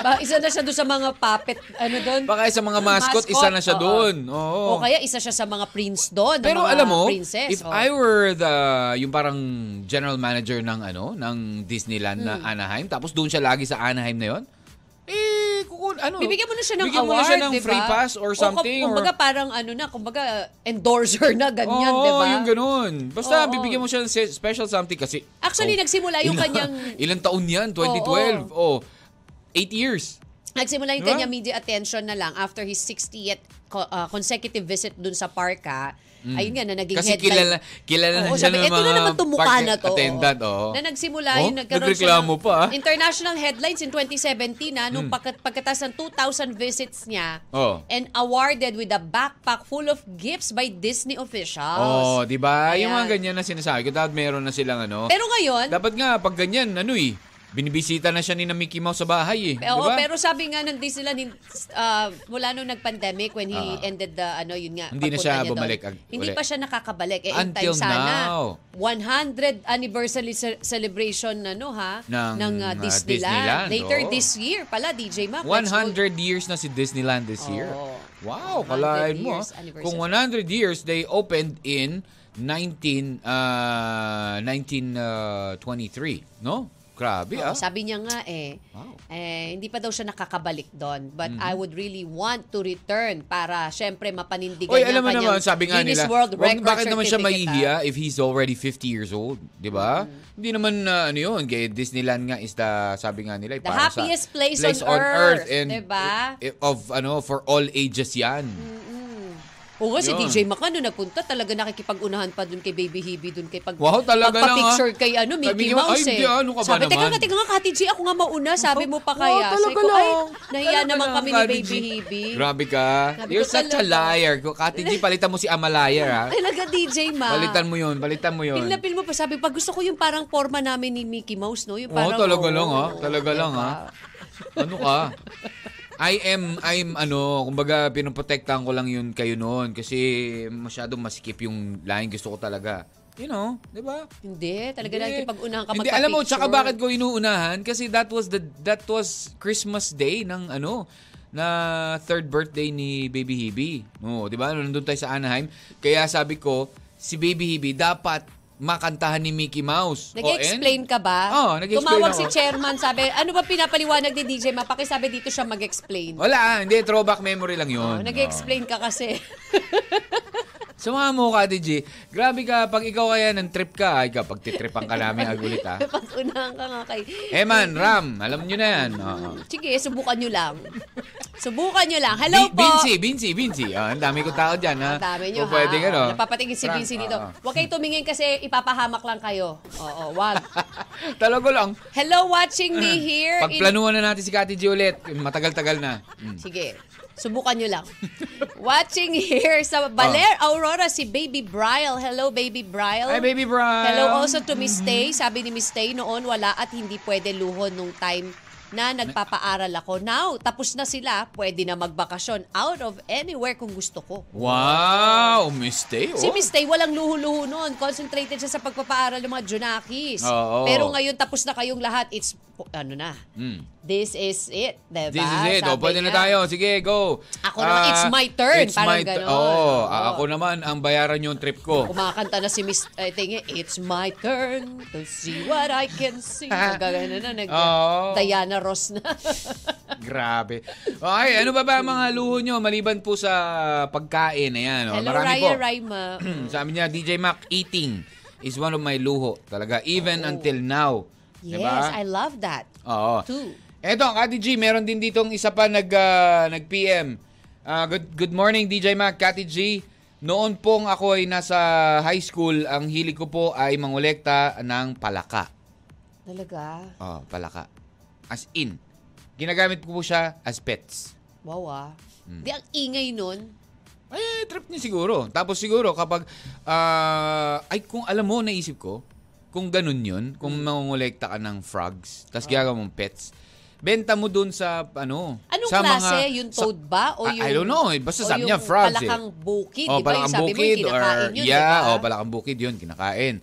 Speaker 3: Ba, isa na siya doon sa mga puppet, ano doon?
Speaker 2: Baka sa mga mascot, isa na siya
Speaker 3: oo.
Speaker 2: doon. Oo.
Speaker 3: O kaya isa siya sa mga prince doon. ng
Speaker 2: Pero
Speaker 3: mga
Speaker 2: alam mo, if
Speaker 3: princess, oo.
Speaker 2: I were the yung parang general manager ng ano, ng Disneyland na
Speaker 3: Hmm.
Speaker 2: Anaheim, tapos doon siya lagi sa Anaheim na 'yon, eh kukun, ano?
Speaker 3: Bibigyan mo na siya ng
Speaker 2: bigyan mo
Speaker 3: award,
Speaker 2: na siya ng
Speaker 3: diba?
Speaker 2: free pass or
Speaker 3: O,
Speaker 2: something
Speaker 3: kum- kumbaga
Speaker 2: or
Speaker 3: parang ano na, kumbaga endorser na, ganyan,
Speaker 2: Oo,
Speaker 3: di ba?
Speaker 2: yung ganun. Basta
Speaker 3: Oo.
Speaker 2: bibigyan mo siya ng se- special something kasi
Speaker 3: Actually, nagsimula yung
Speaker 2: ilang,
Speaker 3: kanyang-
Speaker 2: ilang taon 'yan, 2012. Oh, 8 years.
Speaker 3: Nagsimula yung
Speaker 2: Diba?
Speaker 3: kanya media attention na lang after his 60th co- uh, consecutive visit doon sa park ha. Ayun nga na naging
Speaker 2: Mm. Kasi
Speaker 3: headline.
Speaker 2: kilala, kilala Ano na
Speaker 3: Oo,
Speaker 2: siya
Speaker 3: sabi,
Speaker 2: ng
Speaker 3: "Eto na
Speaker 2: mga
Speaker 3: naman tumuka
Speaker 2: park
Speaker 3: na to.
Speaker 2: attendant.
Speaker 3: Oo.
Speaker 2: oo.
Speaker 3: Na nagsimula
Speaker 2: Oh,
Speaker 3: yung nagkaroon
Speaker 2: nagreklamo
Speaker 3: siya ng
Speaker 2: pa, ah. Hmm.
Speaker 3: international headlines in 2017 na nung pagkat, pagkatas ng 2,000 visits niya
Speaker 2: Oo.
Speaker 3: and awarded with a backpack full of gifts by Disney
Speaker 2: Oh,
Speaker 3: officials.
Speaker 2: 'di ba? Yung mga
Speaker 3: Ayan.
Speaker 2: ganyan na sinasabi ko, dapat meron na silang ano.
Speaker 3: Pero ngayon,
Speaker 2: Dapat nga, pag ganyan, ano eh, binibisita na siya ni na Mickey Mouse sa bahay eh.
Speaker 3: Oo,
Speaker 2: Di ba?
Speaker 3: pero sabi nga ng Disneyland, hin- uh, mula nung nag-pandemic when he
Speaker 2: Ah.
Speaker 3: ended the, ano, yun nga,
Speaker 2: Hindi na
Speaker 3: pagpunta
Speaker 2: siya
Speaker 3: niya doon.
Speaker 2: bumalik ag-
Speaker 3: Hindi
Speaker 2: uli.
Speaker 3: pa siya nakakabalik. Eh,
Speaker 2: Until
Speaker 3: Until sana,
Speaker 2: now.
Speaker 3: 100 anniversary ce- celebration, ano ha,
Speaker 2: Ng, ah, Disneyland,
Speaker 3: uh,
Speaker 2: oh.
Speaker 3: Disneyland. Later
Speaker 2: oo.
Speaker 3: this year pala, DJ Mac. let's go-
Speaker 2: 100 years na si Disneyland this year.
Speaker 3: Oo.
Speaker 2: Wow,
Speaker 3: 100
Speaker 2: kalahin mo.
Speaker 3: years
Speaker 2: ah.
Speaker 3: anniversary.
Speaker 2: Kung 100 years, they opened in 19, uh, 1923, uh, no? Grabe
Speaker 3: Oo,
Speaker 2: ah.
Speaker 3: Sabi niya nga eh,
Speaker 2: Wow. Mm-hmm.
Speaker 3: eh, hindi pa daw siya nakakabalik doon. But I would really want to return para syempre mapanindigan
Speaker 2: Oy,
Speaker 3: niya
Speaker 2: alam mo
Speaker 3: ang
Speaker 2: naman,
Speaker 3: kanyang
Speaker 2: sabi nga
Speaker 3: Guinness
Speaker 2: nila,
Speaker 3: World
Speaker 2: wag-
Speaker 3: Record
Speaker 2: bakit naman siya
Speaker 3: certificate, ah. Mm-hmm.
Speaker 2: mahihiya if he's already 50 years old, di ba? Hindi naman, ah, ano yun, kaya Disneyland nga is the, sabi nga nila, eh,
Speaker 3: The
Speaker 2: parang sa
Speaker 3: happiest place on earth,
Speaker 2: and
Speaker 3: di ba? Mm-hmm.
Speaker 2: i- i- of, ano, for all ages yan.
Speaker 3: Oo nga, si
Speaker 2: Yun.
Speaker 3: DJ Mac, ano, nagpunta talaga nakikipag-unahan pa dun kay Baby Hebe, dun kay pag,
Speaker 2: Wow, talaga lang,
Speaker 3: pagpa-picture
Speaker 2: ah.
Speaker 3: kay ano,
Speaker 2: Sabi
Speaker 3: Mickey
Speaker 2: niya, ay,
Speaker 3: Mouse eh.
Speaker 2: di, ano ka ba
Speaker 3: sabi,
Speaker 2: naman?"
Speaker 3: teka
Speaker 2: Ano
Speaker 3: nga, teka nga, Kati G, ako nga mauna, sabi mo pa kaya.
Speaker 2: Wow,
Speaker 3: sabi
Speaker 2: talaga
Speaker 3: ko, ay,
Speaker 2: lang.
Speaker 3: nahiya
Speaker 2: Talaga
Speaker 3: naman
Speaker 2: lang,
Speaker 3: kami ni
Speaker 2: Kati G.
Speaker 3: Baby Hebe.
Speaker 2: Grabe ka.
Speaker 3: Grabe
Speaker 2: You're
Speaker 3: ka
Speaker 2: such a
Speaker 3: talaga.
Speaker 2: liar. Kati G, palitan mo si Ama Liar, ha?
Speaker 3: Talaga, DJ Mac.
Speaker 2: Palitan mo yun, palitan mo yun.
Speaker 3: Pil na pil mo pa sabi, pag gusto ko yung parang forma namin ni Mickey Mouse, no? Yung
Speaker 2: Oo,
Speaker 3: parang,
Speaker 2: talaga
Speaker 3: oo,
Speaker 2: lang, ha?
Speaker 3: oo,
Speaker 2: Talaga lang, ah. ha?
Speaker 3: diba?
Speaker 2: Ano ka? I am, I'm ano, kumbaga pinoprotektahan ko lang yun kayo noon kasi masyadong masikip yung line. Gusto ko talaga. You know, di ba?
Speaker 3: Hindi, talaga
Speaker 2: Hindi.
Speaker 3: lang pag unahan ka
Speaker 2: Hindi, alam mo, tsaka bakit ko eh? inuunahan? Kasi that was the that was Christmas Day ng ano, na third birthday ni Baby Hebe. No, 'di ba? Nandun tayo sa Anaheim. Kaya sabi ko, si Baby Hebe dapat makantahan ni Mickey Mouse. O,
Speaker 3: Nag-explain
Speaker 2: and-
Speaker 3: ka ba?
Speaker 2: Oo, nag-explain
Speaker 3: Tumawag
Speaker 2: ako.
Speaker 3: si chairman, sabi, ano ba pinapaliwanag ni DJ Mapaki? Sabi dito siya mag-explain.
Speaker 2: Wala, hindi throwback memory lang 'yon.
Speaker 3: Oh, nag-explain ka kasi.
Speaker 2: Sumama mo, Kati G. Grabe ka, pag ikaw kaya ng trip ka, ay kapag titripan ka namin agulit ha.
Speaker 3: pag unahan ka nga kay...
Speaker 2: Eman, Ram, alam nyo na yan. Oo.
Speaker 3: Sige, subukan nyo lang. Subukan nyo lang.
Speaker 2: Bi-
Speaker 3: Hello po!
Speaker 2: Binsi, Binsi, Binsi. Ah, ang dami ko tao dyan, ha?
Speaker 3: Ang dami nyo,
Speaker 2: Kung pwede
Speaker 3: ha?
Speaker 2: ka, no?
Speaker 3: Oo, Napapatingin si
Speaker 2: Frank,
Speaker 3: Vinci dito.
Speaker 2: oo.
Speaker 3: Huwag kayo tumingin kasi ipapahamak lang kayo. Oo, wag.
Speaker 2: Talaga lang.
Speaker 3: Hello watching me here. in-
Speaker 2: Pagplanuhan na natin si Kati G ulit. Matagal-tagal na. Mm.
Speaker 3: Sige. Subukan nyo lang. Watching here sa Baler
Speaker 2: Oh.
Speaker 3: Aurora si Baby Bryle. Hello, Baby Bryle.
Speaker 2: Hi, baby Brian.
Speaker 3: Oh. Hello also to Miss Tay. Sabi ni Miss Tay noon, wala at hindi pwede luhon nung time na nagpapaaral ako. Now, tapos na sila. Pwede na magbakasyon out of anywhere kung gusto ko.
Speaker 2: Wow, Oh, mistake.
Speaker 3: Si Miss Tay, walang luho-luho noon. Concentrated siya sa pagpapaaral ng mga junakis.
Speaker 2: Oo. Hmm.
Speaker 3: Pero ngayon, tapos na kayong lahat. It's, ano na, this is it. Diba?
Speaker 2: This is it. O,
Speaker 3: Sabi
Speaker 2: pwede na
Speaker 3: niya.
Speaker 2: tayo. Sige, go.
Speaker 3: Ako naman,
Speaker 2: Ah,
Speaker 3: it's my turn.
Speaker 2: it's
Speaker 3: Parang
Speaker 2: my tu-
Speaker 3: ganon.
Speaker 2: Oo,
Speaker 3: Oo.
Speaker 2: ah, ako naman ang bayaran yung trip ko.
Speaker 3: Kumakanta na si Miss, I think, it's my turn to see what I can see. Nagagano na, nag,
Speaker 2: Ah. Oo.
Speaker 3: Diana Ross na.
Speaker 2: Grabe. Okay, ano ba ba ang mga luho nyo maliban po sa pagkain? Ayan, oh.
Speaker 3: Hello,
Speaker 2: marami
Speaker 3: Raya
Speaker 2: po.
Speaker 3: Raima.
Speaker 2: Hmm, Sabi niya, DJ Mac, eating is one of my luho talaga. Even
Speaker 3: Oo.
Speaker 2: until now.
Speaker 3: Oh. yes,
Speaker 2: Diba?
Speaker 3: I love that.
Speaker 2: Oo.
Speaker 3: too.
Speaker 2: Eto, Kati G, meron din ditong isa pa nag, ah, nag-PM. Ah, good, good morning, DJ Mac, Kati G. Noon pong ako ay nasa high school, ang hili ko po ay mangolekta ng palaka.
Speaker 3: Talaga.
Speaker 2: Oh, palaka. As in, ginagamit ko po siya as pets.
Speaker 3: Wow, ah.
Speaker 2: Hmm.
Speaker 3: Di, ang ingay nun.
Speaker 2: Eh, trip niya siguro. Tapos siguro kapag, ah, ay kung alam mo, naisip ko, kung ganun yun,
Speaker 3: Hmm.
Speaker 2: kung mangungulekta ka ng frogs,
Speaker 3: Ah.
Speaker 2: tapos gagawa mong pets, benta mo dun sa, ano,
Speaker 3: Anong
Speaker 2: sa
Speaker 3: klase?
Speaker 2: mga-
Speaker 3: yung
Speaker 2: sa-
Speaker 3: toad ba? O
Speaker 2: I-
Speaker 3: yung,
Speaker 2: I don't know. eh. Basta
Speaker 3: o
Speaker 2: sabi
Speaker 3: yung
Speaker 2: niya, frogs eh.
Speaker 3: palakang bukid.
Speaker 2: Oh,
Speaker 3: di ba? Yung
Speaker 2: palakang
Speaker 3: sabi mo,
Speaker 2: bukid
Speaker 3: yung
Speaker 2: or,
Speaker 3: kinakain yun,
Speaker 2: yeah,
Speaker 3: di ba?
Speaker 2: oh, palakang bukid yun, kinakain.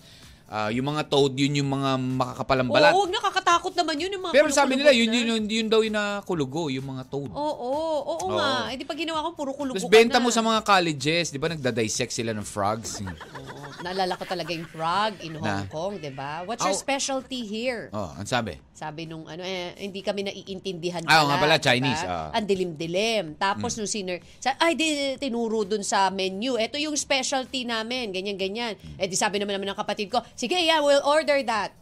Speaker 2: Ah, yung mga toad, yun yung mga makakapalang balat.
Speaker 3: Oo, huwag nakakatakot naman yun. Yung mga
Speaker 2: Pero sabi nila, yun,
Speaker 3: kulubot
Speaker 2: yun,
Speaker 3: na.
Speaker 2: yun, yun daw yung nakulugo, yung mga toad.
Speaker 3: Oo, oo, oo
Speaker 2: Oo.
Speaker 3: nga. Eh, di pa ginawa ko, puro kuluko
Speaker 2: Tapos
Speaker 3: ka
Speaker 2: benta mo
Speaker 3: na.
Speaker 2: sa mga colleges, di ba nagda-dissect sila ng frogs?
Speaker 3: Oo, naalala ko talaga yung frog in Hong
Speaker 2: Na?
Speaker 3: Kong, di ba? What's your
Speaker 2: Au.
Speaker 3: specialty here?
Speaker 2: oh, ang sabi?
Speaker 3: Sabi nung ano, eh, hindi kami naiintindihan
Speaker 2: Ah, oo nga pala,
Speaker 3: diba?
Speaker 2: Chinese, ah. Mm.
Speaker 3: Ang dilim-dilim. Tapos nung senior, sa, ay, di, tinuro dun sa menu. Ito yung specialty namin, ganyan-ganyan. Eh di sabi naman naman ng kapatid ko, sige, yeah, we'll order that.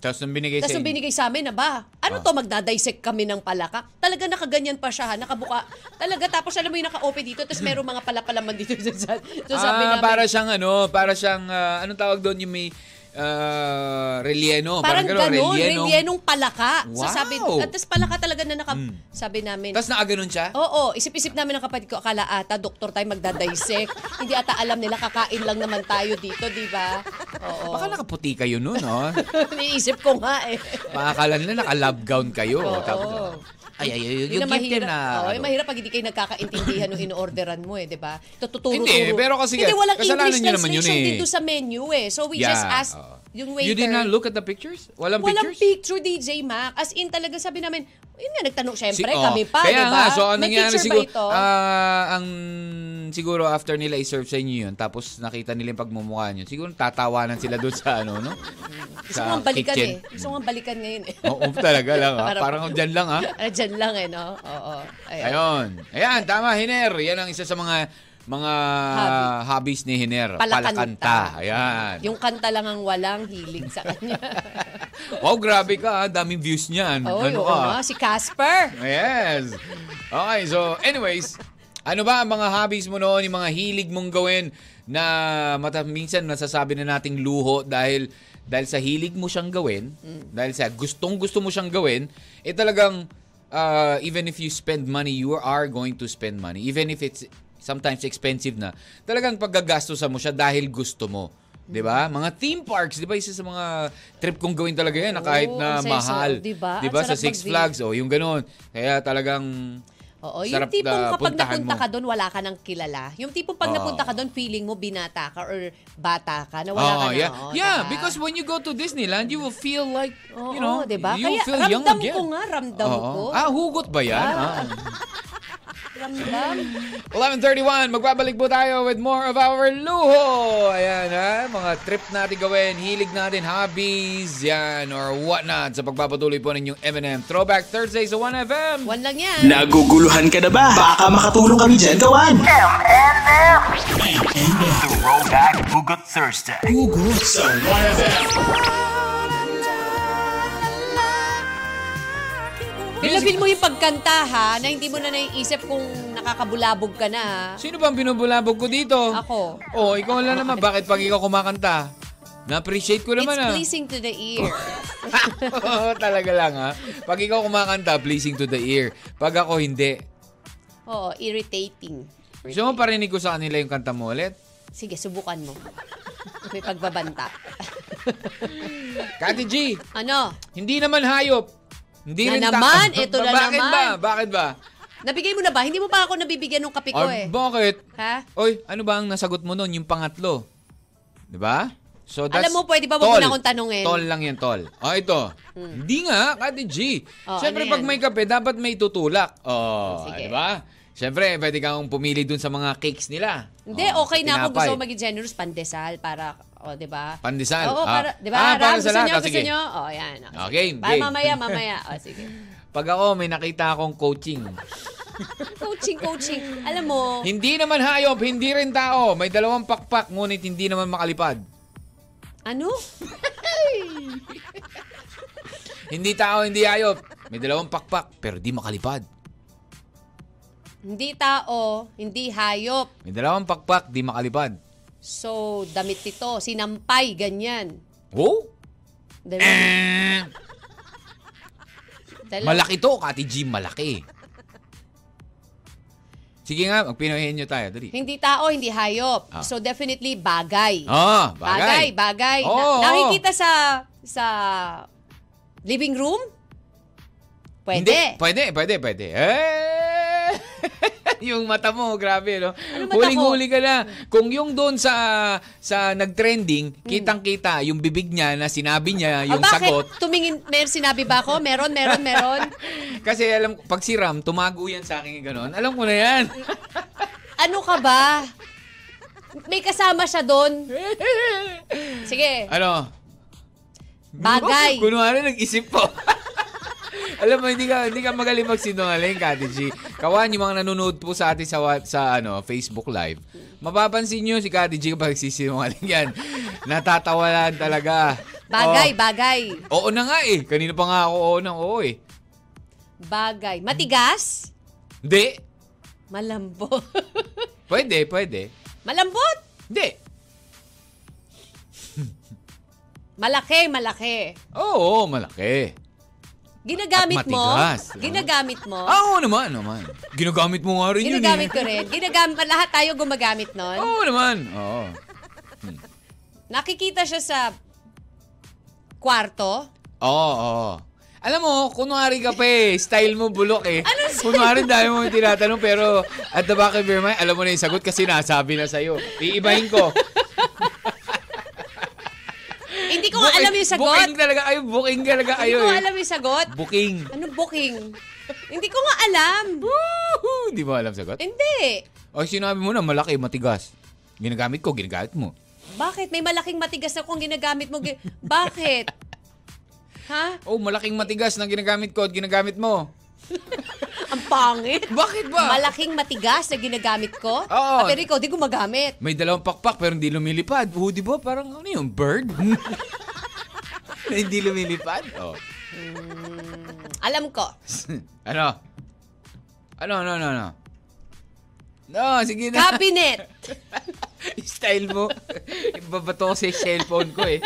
Speaker 2: Tapos nung binigay
Speaker 3: Tapos
Speaker 2: sa
Speaker 3: nung
Speaker 2: inyo-
Speaker 3: binigay sa amin, aba,
Speaker 2: Ah.
Speaker 3: ano to, magdadissect kami ng palaka? Talaga nakaganyan pa siya, ha? nakabuka. Talaga, tapos alam mo yung naka-open dito, tapos merong mga palapalaman dito. So sabi
Speaker 2: ah,
Speaker 3: namin,
Speaker 2: para siyang ano, para siyang, ah, anong tawag doon yung may ah, relleno?
Speaker 3: parang ganun,
Speaker 2: rellenong-
Speaker 3: rellenong palaka. So
Speaker 2: Wow! Mm.
Speaker 3: sabi, at tas palaka talaga na naka, sabi namin,
Speaker 2: Tapos nakaganon siya?
Speaker 3: Oo, isip-isip namin ng kapatid ko, akala ata doktor tayo magdadissect. Hindi ata alam nila, kakain lang naman tayo dito, di ba? Oo.
Speaker 2: Baka nakaputi kayo nun, no?
Speaker 3: Iniisip ko nga eh.
Speaker 2: Pakakala nila naka-love gown kayo.
Speaker 3: Oo.
Speaker 2: Tapos, ay, ay, ay, ay,
Speaker 3: Yun
Speaker 2: you
Speaker 3: ang
Speaker 2: give them
Speaker 3: mahirap.
Speaker 2: na.
Speaker 3: Oo,
Speaker 2: ano.
Speaker 3: yung mahirap pag hindi kayo nagkakaintindihan ng inoorderan mo eh, di ba? Tututuro-turo.
Speaker 2: Hindi, pero kasi
Speaker 3: Hindi,
Speaker 2: nga,
Speaker 3: walang
Speaker 2: kasalanan
Speaker 3: English
Speaker 2: nyo naman yun
Speaker 3: translation
Speaker 2: eh.
Speaker 3: dito sa menu eh. So we
Speaker 2: Yeah,
Speaker 3: just asked
Speaker 2: oo.
Speaker 3: Yung waiter.
Speaker 2: You did not look at the pictures? Walang,
Speaker 3: Walang
Speaker 2: pictures?
Speaker 3: picture, DJ Mac. As in talaga sabi namin, yun nga, nagtanong
Speaker 2: Si-
Speaker 3: syempre,
Speaker 2: oh,
Speaker 3: kami pa,
Speaker 2: Kaya
Speaker 3: diba?
Speaker 2: nga, so ang
Speaker 3: May
Speaker 2: nangyari
Speaker 3: picture
Speaker 2: siguro,
Speaker 3: ba ito?
Speaker 2: ah, ang siguro after nila i-serve sa inyo yun, tapos nakita nila yung pagmumukha nyo, siguro tatawanan sila doon sa ano, no?
Speaker 3: Gusto ko ang balikan eh. Gusto ko ang balikan ngayon eh.
Speaker 2: Oo, Oh, talaga lang ha.
Speaker 3: Parang-
Speaker 2: Parang dyan lang ha.
Speaker 3: Ah, dyan lang eh, no? Oo. Ayan.
Speaker 2: Ayun. Ayan, tama, Hiner. Yan ang isa sa mga mga
Speaker 3: Hobby.
Speaker 2: hobbies ni Hiner.
Speaker 3: Palakanta.
Speaker 2: Ayan.
Speaker 3: Yung kanta lang ang walang hilig sa kanya.
Speaker 2: Wow, grabe ka. ah. Daming views niyan.
Speaker 3: Oo,
Speaker 2: ano
Speaker 3: yung
Speaker 2: ka?
Speaker 3: ano, si Casper.
Speaker 2: Yes. Okay, so anyways, ano ba ang mga hobbies mo noon, yung mga hilig mong gawin na mata- minsan nasasabi na nating luho dahil dahil sa hilig mo siyang gawin, dahil sa gustong gusto mo siyang gawin, eh talagang uh, even if you spend money, you are going to spend money. Even if it's sometimes expensive na, talagang paggagastosan mo siya dahil gusto mo. 'Di ba? Mga theme parks, 'di ba? Isa sa mga trip kong gawin talaga 'yan na kahit
Speaker 3: Oo,
Speaker 2: na
Speaker 3: ang saya-saya,
Speaker 2: mahal. Diba,
Speaker 3: 'di ba? Ang
Speaker 2: Sa
Speaker 3: sarap
Speaker 2: Six
Speaker 3: mag-beach.
Speaker 2: Flags, o yung ganun. Kaya talagang...
Speaker 3: Oo,
Speaker 2: Sarap
Speaker 3: yung tipong
Speaker 2: na
Speaker 3: kapag
Speaker 2: puntahan
Speaker 3: napunta
Speaker 2: mo.
Speaker 3: ka doon, wala ka ng kilala. Yung tipong pag
Speaker 2: Oo.
Speaker 3: napunta ka doon, feeling mo binata ka or bata ka na wala ka
Speaker 2: Oh,
Speaker 3: na.
Speaker 2: yeah.
Speaker 3: oo,
Speaker 2: yeah,
Speaker 3: diba?
Speaker 2: because when you go to Disneyland, you will feel like, you
Speaker 3: Oo,
Speaker 2: know,
Speaker 3: diba?
Speaker 2: you
Speaker 3: Kaya
Speaker 2: will feel young
Speaker 3: ramdam
Speaker 2: again.
Speaker 3: ko nga, ramdam
Speaker 2: Oo.
Speaker 3: ko.
Speaker 2: Ah, hugot ba yan? Ah.
Speaker 3: Ramdam.
Speaker 2: 11.31, magbabalik po tayo with more of our luho. Ayan ha, mga trip natin gawin, hilig natin, hobbies, yan, or whatnot. Sa pagpapatuloy po ninyong M&M Throwback Thursday sa 1FM.
Speaker 3: One lang yan.
Speaker 1: Naguguluhan ka na ba? Baka makatulong kami dyan gawan.
Speaker 4: M&M.
Speaker 5: Throwback Hugot Thursday.
Speaker 1: Hugot sa 1FM.
Speaker 3: Ilabin mo yung pagkanta ha, na hindi mo na naiisip kung nakakabulabog ka na ha.
Speaker 2: Sino bang binubulabog ko dito?
Speaker 3: Ako.
Speaker 2: Oh, ikaw lang naman. Bakit pag ikaw kumakanta? Na-appreciate ko naman
Speaker 3: It's
Speaker 2: ah.
Speaker 3: pleasing to the ear.
Speaker 2: Oo, talaga lang ha. Pag ikaw kumakanta, pleasing to the ear. Pag ako hindi.
Speaker 3: Oo, irritating.
Speaker 2: Gusto mo parinig ko sa kanila yung kanta mo ulit?
Speaker 3: Sige, subukan mo. May pagbabanta.
Speaker 2: Kati G,
Speaker 3: ano?
Speaker 2: hindi naman hayop. Hindi
Speaker 3: Na
Speaker 2: rin ta-
Speaker 3: naman, eto na
Speaker 2: Bakit
Speaker 3: naman.
Speaker 2: ba? Bakit ba?
Speaker 3: Nabigay mo na ba? Hindi mo pa ako nabibigyan ng kape ko
Speaker 2: Or
Speaker 3: eh.
Speaker 2: bakit?
Speaker 3: Ha?
Speaker 2: Oy, ano ba ang nasagot mo noon? Yung pangatlo. Di ba? So
Speaker 3: Alam mo, pwede ba wag mo
Speaker 2: Tol.
Speaker 3: na akong tanungin? Hmm.
Speaker 2: Tol lang yan, tol. Oh, ito. Hindi nga, Kati G.
Speaker 3: Oh,
Speaker 2: Siyempre,
Speaker 3: ano
Speaker 2: pag
Speaker 3: yan?
Speaker 2: may kape, dapat may tutulak. Oh,
Speaker 3: Sige.
Speaker 2: di ba? Siyempre, pwede kang pumili dun sa mga cakes nila.
Speaker 3: Hindi,
Speaker 2: Oh,
Speaker 3: okay na
Speaker 2: tinapay.
Speaker 3: ako. Gusto ko maging generous. Pandesal para, o, di ba?
Speaker 2: Pandesal, ah.
Speaker 3: Oo, para, di ba?
Speaker 2: Ah, para
Speaker 3: Ram,
Speaker 2: sa
Speaker 3: gusto
Speaker 2: lahat.
Speaker 3: niyo,
Speaker 2: Ah,
Speaker 3: gusto
Speaker 2: sige.
Speaker 3: niyo? O, yan. o, sige.
Speaker 2: Okay,
Speaker 3: Para
Speaker 2: game.
Speaker 3: mamaya, mamaya. O, sige.
Speaker 2: Pag ako, may nakita akong coaching.
Speaker 3: Coaching, coaching. Alam mo,
Speaker 2: hindi naman hayop, hindi rin tao. May dalawang pakpak, ngunit hindi naman makalipad.
Speaker 3: ano?
Speaker 2: Hindi tao, hindi hayop. May dalawang pakpak, pero di makalipad.
Speaker 3: Hindi tao, hindi hayop.
Speaker 2: May dalawang pakpak, di makalipad.
Speaker 3: So, damit ito, sinampay, ganyan.
Speaker 2: Oh?
Speaker 3: Diba? Dalawa-
Speaker 2: Malaki to, Kati G, malaki. Sige nga, magpinahin nyo tayo, dali.
Speaker 3: Hindi tao, hindi hayop.
Speaker 2: Ah.
Speaker 3: So, definitely bagay.
Speaker 2: Ah,
Speaker 3: bagay.
Speaker 2: bagay.
Speaker 3: bagay. Na-
Speaker 2: Oo, oo.
Speaker 3: nakikita sa sa living room?
Speaker 2: Hindi, pwede,
Speaker 3: Pwede.
Speaker 2: pwede, pwede. Eh! yung mata mo, grabe, no?
Speaker 3: Ano mata ko?
Speaker 2: Huling-huli ka na. Kung yung doon sa sa nag-trending, kitang-kita yung bibig niya na sinabi niya
Speaker 3: Ah,
Speaker 2: yung
Speaker 3: bakit?
Speaker 2: sagot.
Speaker 3: Tumingin, may sinabi ba ako? Meron, meron, meron.
Speaker 2: Kasi alam ko, pag si Ram, tumago yan sa akin gano'n. Alam ko na yan.
Speaker 3: Ano ka ba? May kasama siya doon. Sige,
Speaker 2: ano?
Speaker 3: bagay.
Speaker 2: Kunwari, nag-isip po. Alam mo, hindi ka, hindi ka magaling magsinungaling, Kati G. Kawan, yung mga nanonood po sa atin sa, wa- sa ano, Facebook Live, mapapansin nyo si Kati G kapag sisinungaling yan. Natatawalan talaga.
Speaker 3: Bagay, bagay.
Speaker 2: Oh, oo na nga eh. Kanina pa nga ako oo na oo eh.
Speaker 3: Bagay. Matigas?
Speaker 2: Hindi.
Speaker 3: Malambot.
Speaker 2: Pwede, pwede.
Speaker 3: Malambot?
Speaker 2: Hindi.
Speaker 3: Malaki, malaki.
Speaker 2: Oo, malaki.
Speaker 3: Ginagamit
Speaker 2: At
Speaker 3: mo?
Speaker 2: matigas.
Speaker 3: Ginagamit mo?
Speaker 2: Ah, oo naman, naman. Ginagamit mo nga rin yun
Speaker 3: Ginagamit
Speaker 2: eh. Oh.
Speaker 3: ko rin. Ginagamit, lahat tayo gumagamit nun.
Speaker 2: Oo naman. Oo.
Speaker 3: Nakikita siya sa kwarto.
Speaker 2: Oo, oo. Alam mo, kunwari ka pa eh. Style mo bulok eh.
Speaker 3: Anong style?
Speaker 2: Kunwari dahil mo yung tinatanong pero at the back of your mind, alam mo na yung sagot kasi nasabi na sa'yo. Iibahin ko.
Speaker 3: Hindi ko alam yung sagot.
Speaker 2: Booking talaga ayo, booking talaga
Speaker 3: Hindi
Speaker 2: ayo.
Speaker 3: ko
Speaker 2: eh.
Speaker 3: alam yung sagot.
Speaker 2: Booking.
Speaker 3: Anong booking? Hindi ko nga alam.
Speaker 2: Woohoo! Hindi Oh, mo alam
Speaker 3: Eh-
Speaker 2: sagot?
Speaker 3: Hindi.
Speaker 2: O sinabi mo na malaki, matigas. Ginagamit ko, ginagamit mo.
Speaker 3: Bakit? May malaking matigas na kung ginagamit mo. Gi- Bakit? ha?
Speaker 2: Oh, malaking matigas na ginagamit ko at ginagamit mo.
Speaker 3: Ang pangit.
Speaker 2: Bakit ba?
Speaker 3: Malaking matigas na ginagamit ko.
Speaker 2: Oo.
Speaker 3: Ah, pero ikaw, di gumagamit.
Speaker 2: May dalawang pakpak pero hindi lumilipad. Oh, di ba? Parang ano yun? Bird? Na hindi lumilipad? Oh.
Speaker 3: Alam ko.
Speaker 2: ano? Ano, ano, ano, ano? No, sige na.
Speaker 3: Cabinet.
Speaker 2: Style mo. Ibabato ko sa cellphone ko eh.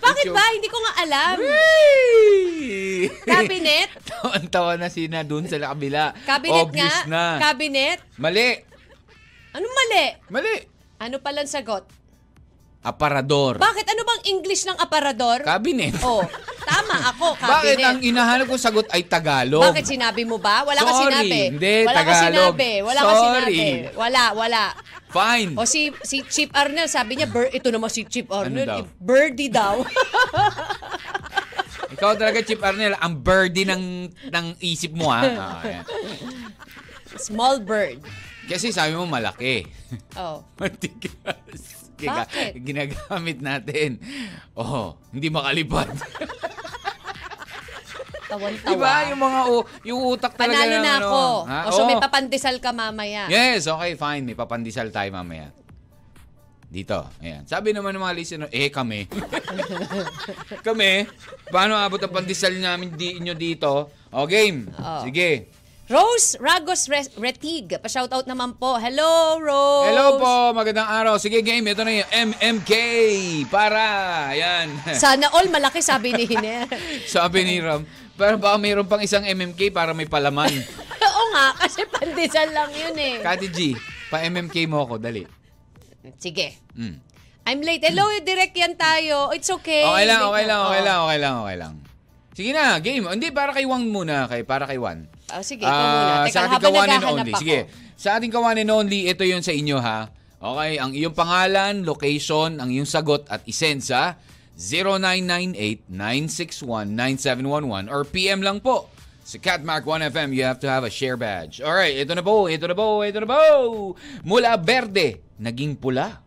Speaker 3: Bakit ba? Hindi ko nga alam. Cabinet?
Speaker 2: Tawan-tawa na sina dun sa kabila.
Speaker 3: Cabinet
Speaker 2: Obvious
Speaker 3: nga.
Speaker 2: na.
Speaker 3: Cabinet?
Speaker 2: Mali.
Speaker 3: Anong mali?
Speaker 2: Mali.
Speaker 3: Ano palang sagot?
Speaker 2: Aparador.
Speaker 3: Bakit? Ano bang English ng aparador?
Speaker 2: Cabinet.
Speaker 3: oh, tama ako, cabinet.
Speaker 2: Bakit ang inahanap kong sagot ay Tagalog?
Speaker 3: Bakit sinabi mo ba? Wala ka
Speaker 2: Sorry,
Speaker 3: sinabi.
Speaker 2: hindi,
Speaker 3: wala ka
Speaker 2: Tagalog.
Speaker 3: sinabi. Wala ka
Speaker 2: Sorry.
Speaker 3: sinabi. Wala, wala.
Speaker 2: Fine.
Speaker 3: O si si Chip Arnel, sabi niya, "Bir- ito naman si Chip
Speaker 2: Ano
Speaker 3: Arnel,
Speaker 2: daw?
Speaker 3: eh, birdie daw.
Speaker 2: Ikaw talaga, Chip Arnel, ang birdie ng, ng isip mo, ha? Ah, ayan.
Speaker 3: Small bird.
Speaker 2: Kasi sabi mo malaki.
Speaker 3: Oh.
Speaker 2: Matigas. Kaya
Speaker 3: Bakit?
Speaker 2: ginagamit natin. Oh, hindi makalipad.
Speaker 3: Tawan-tawa.
Speaker 2: diba? Yung mga u- yung utak talaga.
Speaker 3: Panalo
Speaker 2: ng
Speaker 3: na
Speaker 2: ano.
Speaker 3: ako.
Speaker 2: Ha?
Speaker 3: O so may
Speaker 2: Oo.
Speaker 3: papandesal ka mamaya.
Speaker 2: Yes, okay, fine. May papandisal tayo mamaya. Dito. Ayan. Sabi naman ng mga listener, eh kami. kami, paano abot ang pandisal namin di inyo dito? O game.
Speaker 3: Oo.
Speaker 2: Sige.
Speaker 3: Rose Ragos Re- Retig. Pa-shoutout naman po. Hello, Rose.
Speaker 2: Hello po, magandang araw. Sige game, ito na yung MMK. Para, ayan.
Speaker 3: Sana all malaki sabi ni Hiner.
Speaker 2: Sabi ni Ram, pero baka mayroon pang isang MMK para may palaman.
Speaker 3: Oo nga, kasi pandesal lang yun eh.
Speaker 2: Kati G, pa-MMK mo ako, dali.
Speaker 3: Sige.
Speaker 2: Mm.
Speaker 3: I'm late. Hello, direct yan tayo. It's okay.
Speaker 2: Okay lang,
Speaker 3: Late
Speaker 2: okay lang, okay
Speaker 3: Eh, na- Oo.
Speaker 2: lang, okay lang, okay lang. Sige na, game. Hindi, para kay Wang muna. Kay, para kay Wan.
Speaker 3: Ah, sige, ikaw
Speaker 2: Ah,
Speaker 3: muna. Teka,
Speaker 2: sa ating
Speaker 3: habang
Speaker 2: kawanin
Speaker 3: naghahanap
Speaker 2: only.
Speaker 3: ako.
Speaker 2: Sige. Sa ating kawanin only, ito yun sa inyo ha. Okay, ang iyong pangalan, location, ang iyong sagot at isend sa 0998-961-9711 or PM lang po. Sa Catmark 1FM, you have to have a share badge. Alright, ito na po, ito na po, ito na po. Mula berde, naging pula.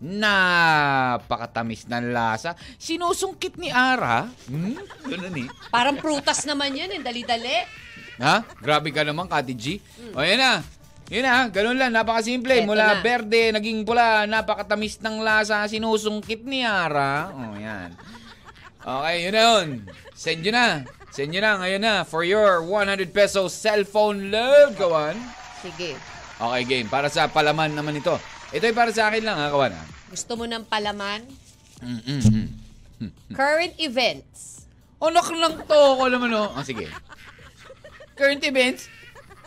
Speaker 2: Napakatamis ng lasa. Sinusungkit ni Ara. Hmm? Ganun eh.
Speaker 3: Parang prutas naman yun eh. Dali-dali.
Speaker 2: Ha? Grabe ka naman, Kati G. O, yan na. Yan na, ganun lang, napakasimple.
Speaker 3: Mm. Eto
Speaker 2: Mula
Speaker 3: na.
Speaker 2: berde, naging pula, napakatamis ng lasa, sinusungkit ni Ara. O, yan. Okay, yun na yun. Send yun na. Send yun na, ngayon na, for your 100 pesos cellphone love, kawan.
Speaker 3: Sige.
Speaker 2: Okay, game. Para sa palaman naman ito. Ito ay para sa akin lang, ha, kawan. Ha?
Speaker 3: Gusto mo ng palaman?
Speaker 2: Mm, mm, mm.
Speaker 3: Current events.
Speaker 2: Anak lang Oh, to ako naman, oh. Ah, sige. Current events?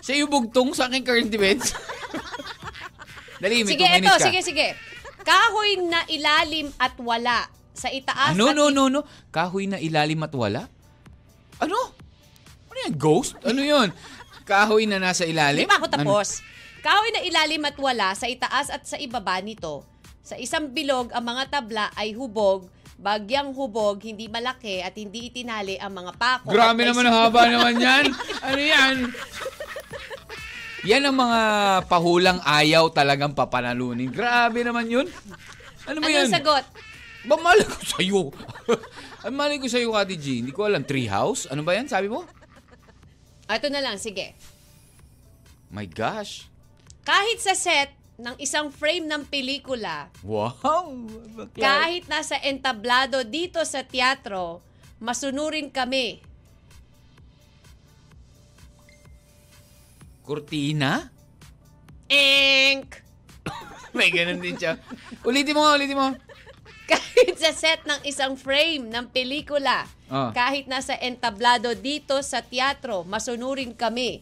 Speaker 2: Siya yung bugtong sa akin current events? Dali, may two
Speaker 3: Sige, eto.
Speaker 2: minutes ka.
Speaker 3: Sige, sige. Kahoy na ilalim at wala. Sa itaas
Speaker 2: Ano,
Speaker 3: at
Speaker 2: no, no, no. Kahoy na ilalim at wala? Ano? Ano yan? Ghost? Ano yun? Kahoy na nasa ilalim? Ano?
Speaker 3: Hindi pa ako tapos. Kahoy na ilalim at wala sa itaas at sa ibaba nito. Sa isang bilog, ang mga tabla ay hubog, bagyang hubog, hindi malaki at hindi itinali ang mga pako.
Speaker 2: Ano? Grabe
Speaker 3: At may
Speaker 2: naman ang
Speaker 3: sub-
Speaker 2: haba naman yan. Ano yan? Yan ang mga pahulang ayaw talagang papanalunin. Grabe naman yun. Ano ba yan?
Speaker 3: Anong sagot?
Speaker 2: Ba, malay ko sa'yo. Ang malay ko sa'yo, Kati G. Hindi ko alam. Tree house? Ano ba yan? Sabi mo?
Speaker 3: Ah, Ito na lang, sige.
Speaker 2: My gosh.
Speaker 3: Kahit sa set ng isang frame ng pelikula,
Speaker 2: Wow. Bakla-
Speaker 3: kahit nasa entablado dito sa teatro, masunurin kami.
Speaker 2: Kurtina?
Speaker 3: Enk!
Speaker 2: May ganun din siya. ulitin mo nga, ulitin mo.
Speaker 3: Kahit sa set ng isang frame ng pelikula,
Speaker 2: Ah.
Speaker 3: kahit nasa entablado dito sa teatro, masunurin kami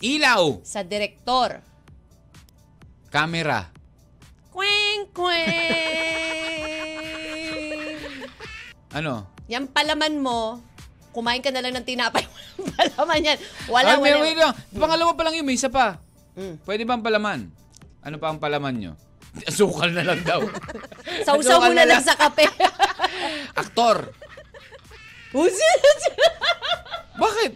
Speaker 2: Ilaw.
Speaker 3: sa direktor.
Speaker 2: Camera.
Speaker 3: Kweng, kweng!
Speaker 2: Ano?
Speaker 3: Yan palaman mo, kumain ka na lang ng tinapay. Walang palaman yan. Wala,
Speaker 2: Ay, may-
Speaker 3: wala.
Speaker 2: Ah, wait lang. Pangalawa pa lang yun. May isa pa.
Speaker 3: Mm.
Speaker 2: Pwede ba ang palaman? Ano pa ang palaman nyo? Sukal na lang daw.
Speaker 3: Sausaw
Speaker 2: Sukal
Speaker 3: mo na lang sa kape.
Speaker 2: Aktor.
Speaker 3: Who's it?
Speaker 2: Bakit?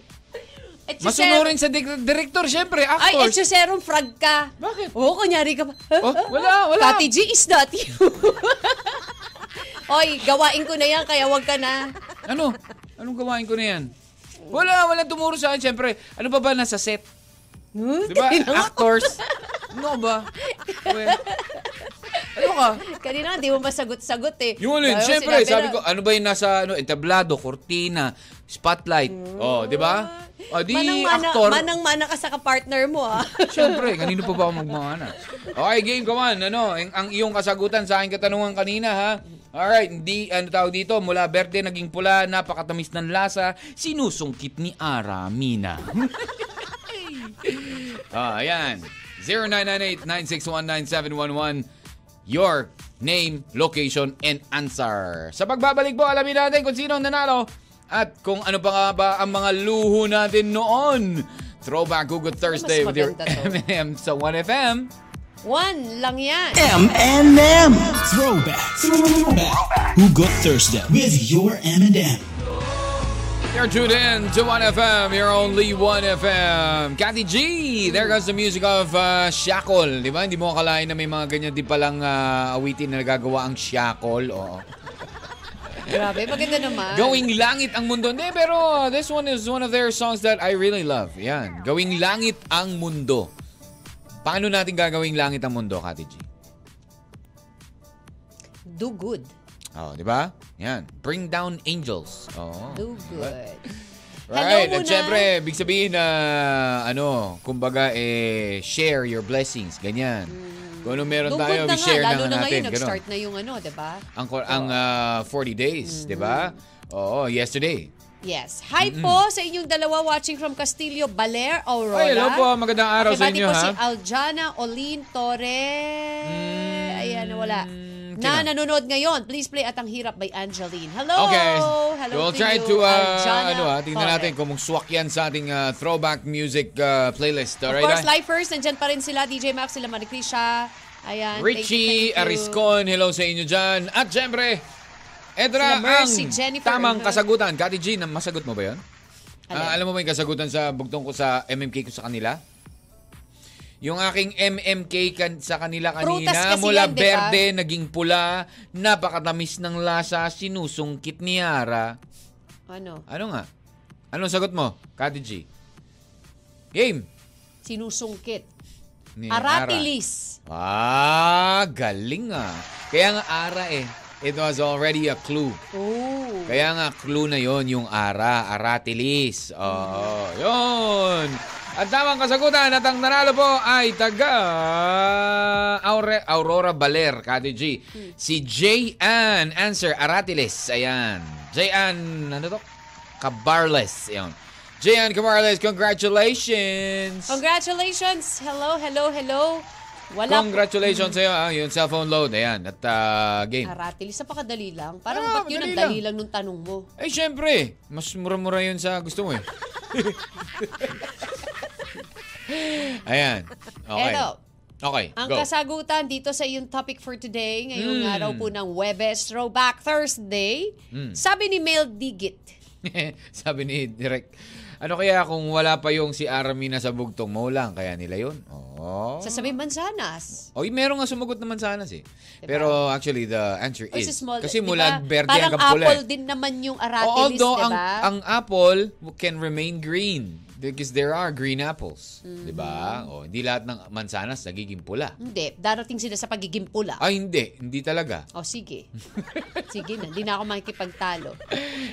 Speaker 3: Etcheser-
Speaker 2: Masunurin sa dik- director, syempre.
Speaker 3: Ay, eh,
Speaker 2: Actor.
Speaker 3: etso serum frog ka.
Speaker 2: Bakit?
Speaker 3: Oo, kunyari ka pa.
Speaker 2: Oh, wala, wala.
Speaker 3: Tati G is not you. Oy, gawain ko na yan, kaya wag ka na.
Speaker 2: Ano? Anong gawain ko na yan? Wala, walang tumuro sa akin, syempre. Ano pa ba nasa set? Di ba? Actors. Ano ba? Well, ano ka?
Speaker 3: Kanina, di mo masagot-sagot eh.
Speaker 2: ano Yun ulit,
Speaker 3: Dahil
Speaker 2: syempre,
Speaker 3: sinabi
Speaker 2: sabi
Speaker 3: na-
Speaker 2: ko, ano ba yung nasa ano, entablado, cortina, spotlight. Oh, di ba? Oh, di
Speaker 3: manang-mana,
Speaker 2: actor.
Speaker 3: manang-mana ka sa kapartner mo ah.
Speaker 2: Siyempre, kanino pa ba ako magmamana? Okay, game, come on. Ano, ang, ang iyong kasagutan sa aking katanungan kanina, ha? Alright, hindi, ano tawag dito, mula berde naging pula, napakatamis ng lasa, sinusungkit ni Aramina. ah, ayan. 0998-961-9711. Your name, location, and answer. Sa pagbabalik po, alamin natin kung sino ang nanalo at kung ano pa nga ba ang mga luho natin noon. Throwback Google Thursday with your
Speaker 3: maganda
Speaker 2: M&M sa 1FM.
Speaker 3: One lang yan.
Speaker 1: M&M. Throwback. Throwback. Who got Thursday with your M&M.
Speaker 2: You're tuned in to 1FM, your only 1FM. Cathy G, there goes the music of uh, Shackle. Di ba? Hindi mo akalain na may mga ganyan di palang ah, awitin na nagagawa ang Shackle. Oo.
Speaker 3: Grabe, maganda naman.
Speaker 2: Going Langit ang Mundo. Hindi, pero uh, this one is one of their songs that I really love. Yan. Going Langit ang Mundo. Paano natin gagawing langit ang mundo, Kati G?
Speaker 3: Do good.
Speaker 2: Oh, di ba? Yan. Bring down angels. Oh.
Speaker 3: Do good.
Speaker 2: Right.
Speaker 3: Hello
Speaker 2: At
Speaker 3: muna.
Speaker 2: syempre, big sabihin na, ano, kumbaga, eh, share your blessings. Ganyan. Kung ano meron
Speaker 3: Do
Speaker 2: tayo,
Speaker 3: good Mm. na nga,
Speaker 2: share na,
Speaker 3: lalo
Speaker 2: nga
Speaker 3: na ngayon,
Speaker 2: natin. Ganon.
Speaker 3: nag-start na yung ano, di ba?
Speaker 2: Ang, kor- ang ah, 40 days, di ba?
Speaker 3: Mm-hmm.
Speaker 2: Oo, yesterday.
Speaker 3: Yes. Hi po sa inyong dalawa watching from Castillo, Baler, Aurora.
Speaker 2: Ay, hello po. Magandang araw sa
Speaker 3: Pakibati
Speaker 2: inyo,
Speaker 3: po
Speaker 2: ha?
Speaker 3: si Aljana Olin Torre. Ayan, wala. Na
Speaker 2: Mm. sino?
Speaker 3: nanonood ngayon, please play At Ang Hirap by Angeline. Hello!
Speaker 2: Okay.
Speaker 3: Hello
Speaker 2: we'll
Speaker 3: to
Speaker 2: try
Speaker 3: you,
Speaker 2: to, uh,
Speaker 3: Aljana
Speaker 2: ano ha, tingnan
Speaker 3: Torre.
Speaker 2: natin kung swak yan sa ating uh, throwback music uh, playlist.
Speaker 3: Of
Speaker 2: Alright,
Speaker 3: course,
Speaker 2: ha?
Speaker 3: lifers, nandyan pa rin sila, DJ Max, sila Maricrisha. Ayan,
Speaker 2: Richie
Speaker 3: thank you, thank you.
Speaker 2: Ariscon, hello sa inyo dyan. At syempre, eto na
Speaker 3: Sila
Speaker 2: ang
Speaker 3: Mercy, Jennifer,
Speaker 2: tamang
Speaker 3: uh-huh.
Speaker 2: kasagutan. Kati G, na- masagot mo ba yun?
Speaker 3: Alin?
Speaker 2: Ah, alam mo ba yung kasagutan sa bugtong ko sa MMK ko sa kanila? Yung aking MMK kan sa kanila
Speaker 3: Prutas
Speaker 2: kanina,
Speaker 3: kasi
Speaker 2: mula
Speaker 3: yan, di ba?
Speaker 2: berde, naging pula, napakatamis ng lasa, sinusungkit ni Yara.
Speaker 3: Ano?
Speaker 2: Ano nga? Anong sagot mo, Kati G? Game.
Speaker 3: Sinusungkit.
Speaker 2: Ni
Speaker 3: Aratilis.
Speaker 2: Ara. Ah, galing ah. Kaya nga Ara eh. It was already a clue.
Speaker 3: Oh.
Speaker 2: Kaya nga clue na yon yung Ara, Aratilis. Oo, yun. At tamang kasagutan at ang nanalo po ay taga Aure, Aurora Baler, Kati G. Si J-Ann, answer, Aratilis. Ayan. J-Ann, ano to? Cabarles. Ayan. J-Ann Cabarles, congratulations!
Speaker 3: Congratulations! Hello, hello, hello. Wala
Speaker 2: Congratulations sa'yo, ah, yung cellphone load. Ayan, at ah, game.
Speaker 3: po. Aratilis, napakadali lang. Parang
Speaker 2: Ah,
Speaker 3: ba't yun ang
Speaker 2: madali
Speaker 3: dali
Speaker 2: lang.
Speaker 3: lang nung tanong mo?
Speaker 2: Ay, Eh, syempre, mas mura-mura yun sa gusto mo eh. Ayan. Okay.
Speaker 3: Eto,
Speaker 2: Okay,
Speaker 3: ang
Speaker 2: go. Hmm.
Speaker 3: kasagutan dito sa iyong topic for today, ngayong araw po ng Webes Throwback Thursday, sabi ni Mel Digit,
Speaker 2: Sabi ni Direk, ano kaya kung wala pa yung si Aramina sa bugtong mo lang, kaya nila yun? Oo.
Speaker 3: sasabihin mansanas.
Speaker 2: Oy, meron nga sumagot naman sana si. Pero actually the answer
Speaker 3: Or
Speaker 2: is
Speaker 3: Diba? sa small,
Speaker 2: Eh, kasi
Speaker 3: di
Speaker 2: mula
Speaker 3: ba?
Speaker 2: berde eh.
Speaker 3: Parang
Speaker 2: hanggang pula.
Speaker 3: apple din naman yung aratilis,
Speaker 2: although
Speaker 3: di
Speaker 2: ang
Speaker 3: ba?
Speaker 2: ang apple can remain green because there are green apples, 'di ba?
Speaker 3: Mm.
Speaker 2: O hindi lahat ng mansanas nagiging pula.
Speaker 3: Hindi, darating sila sa pagiging pula.
Speaker 2: Ah, hindi, hindi talaga.
Speaker 3: O sige. sige na, hindi na ako makikipagtalo.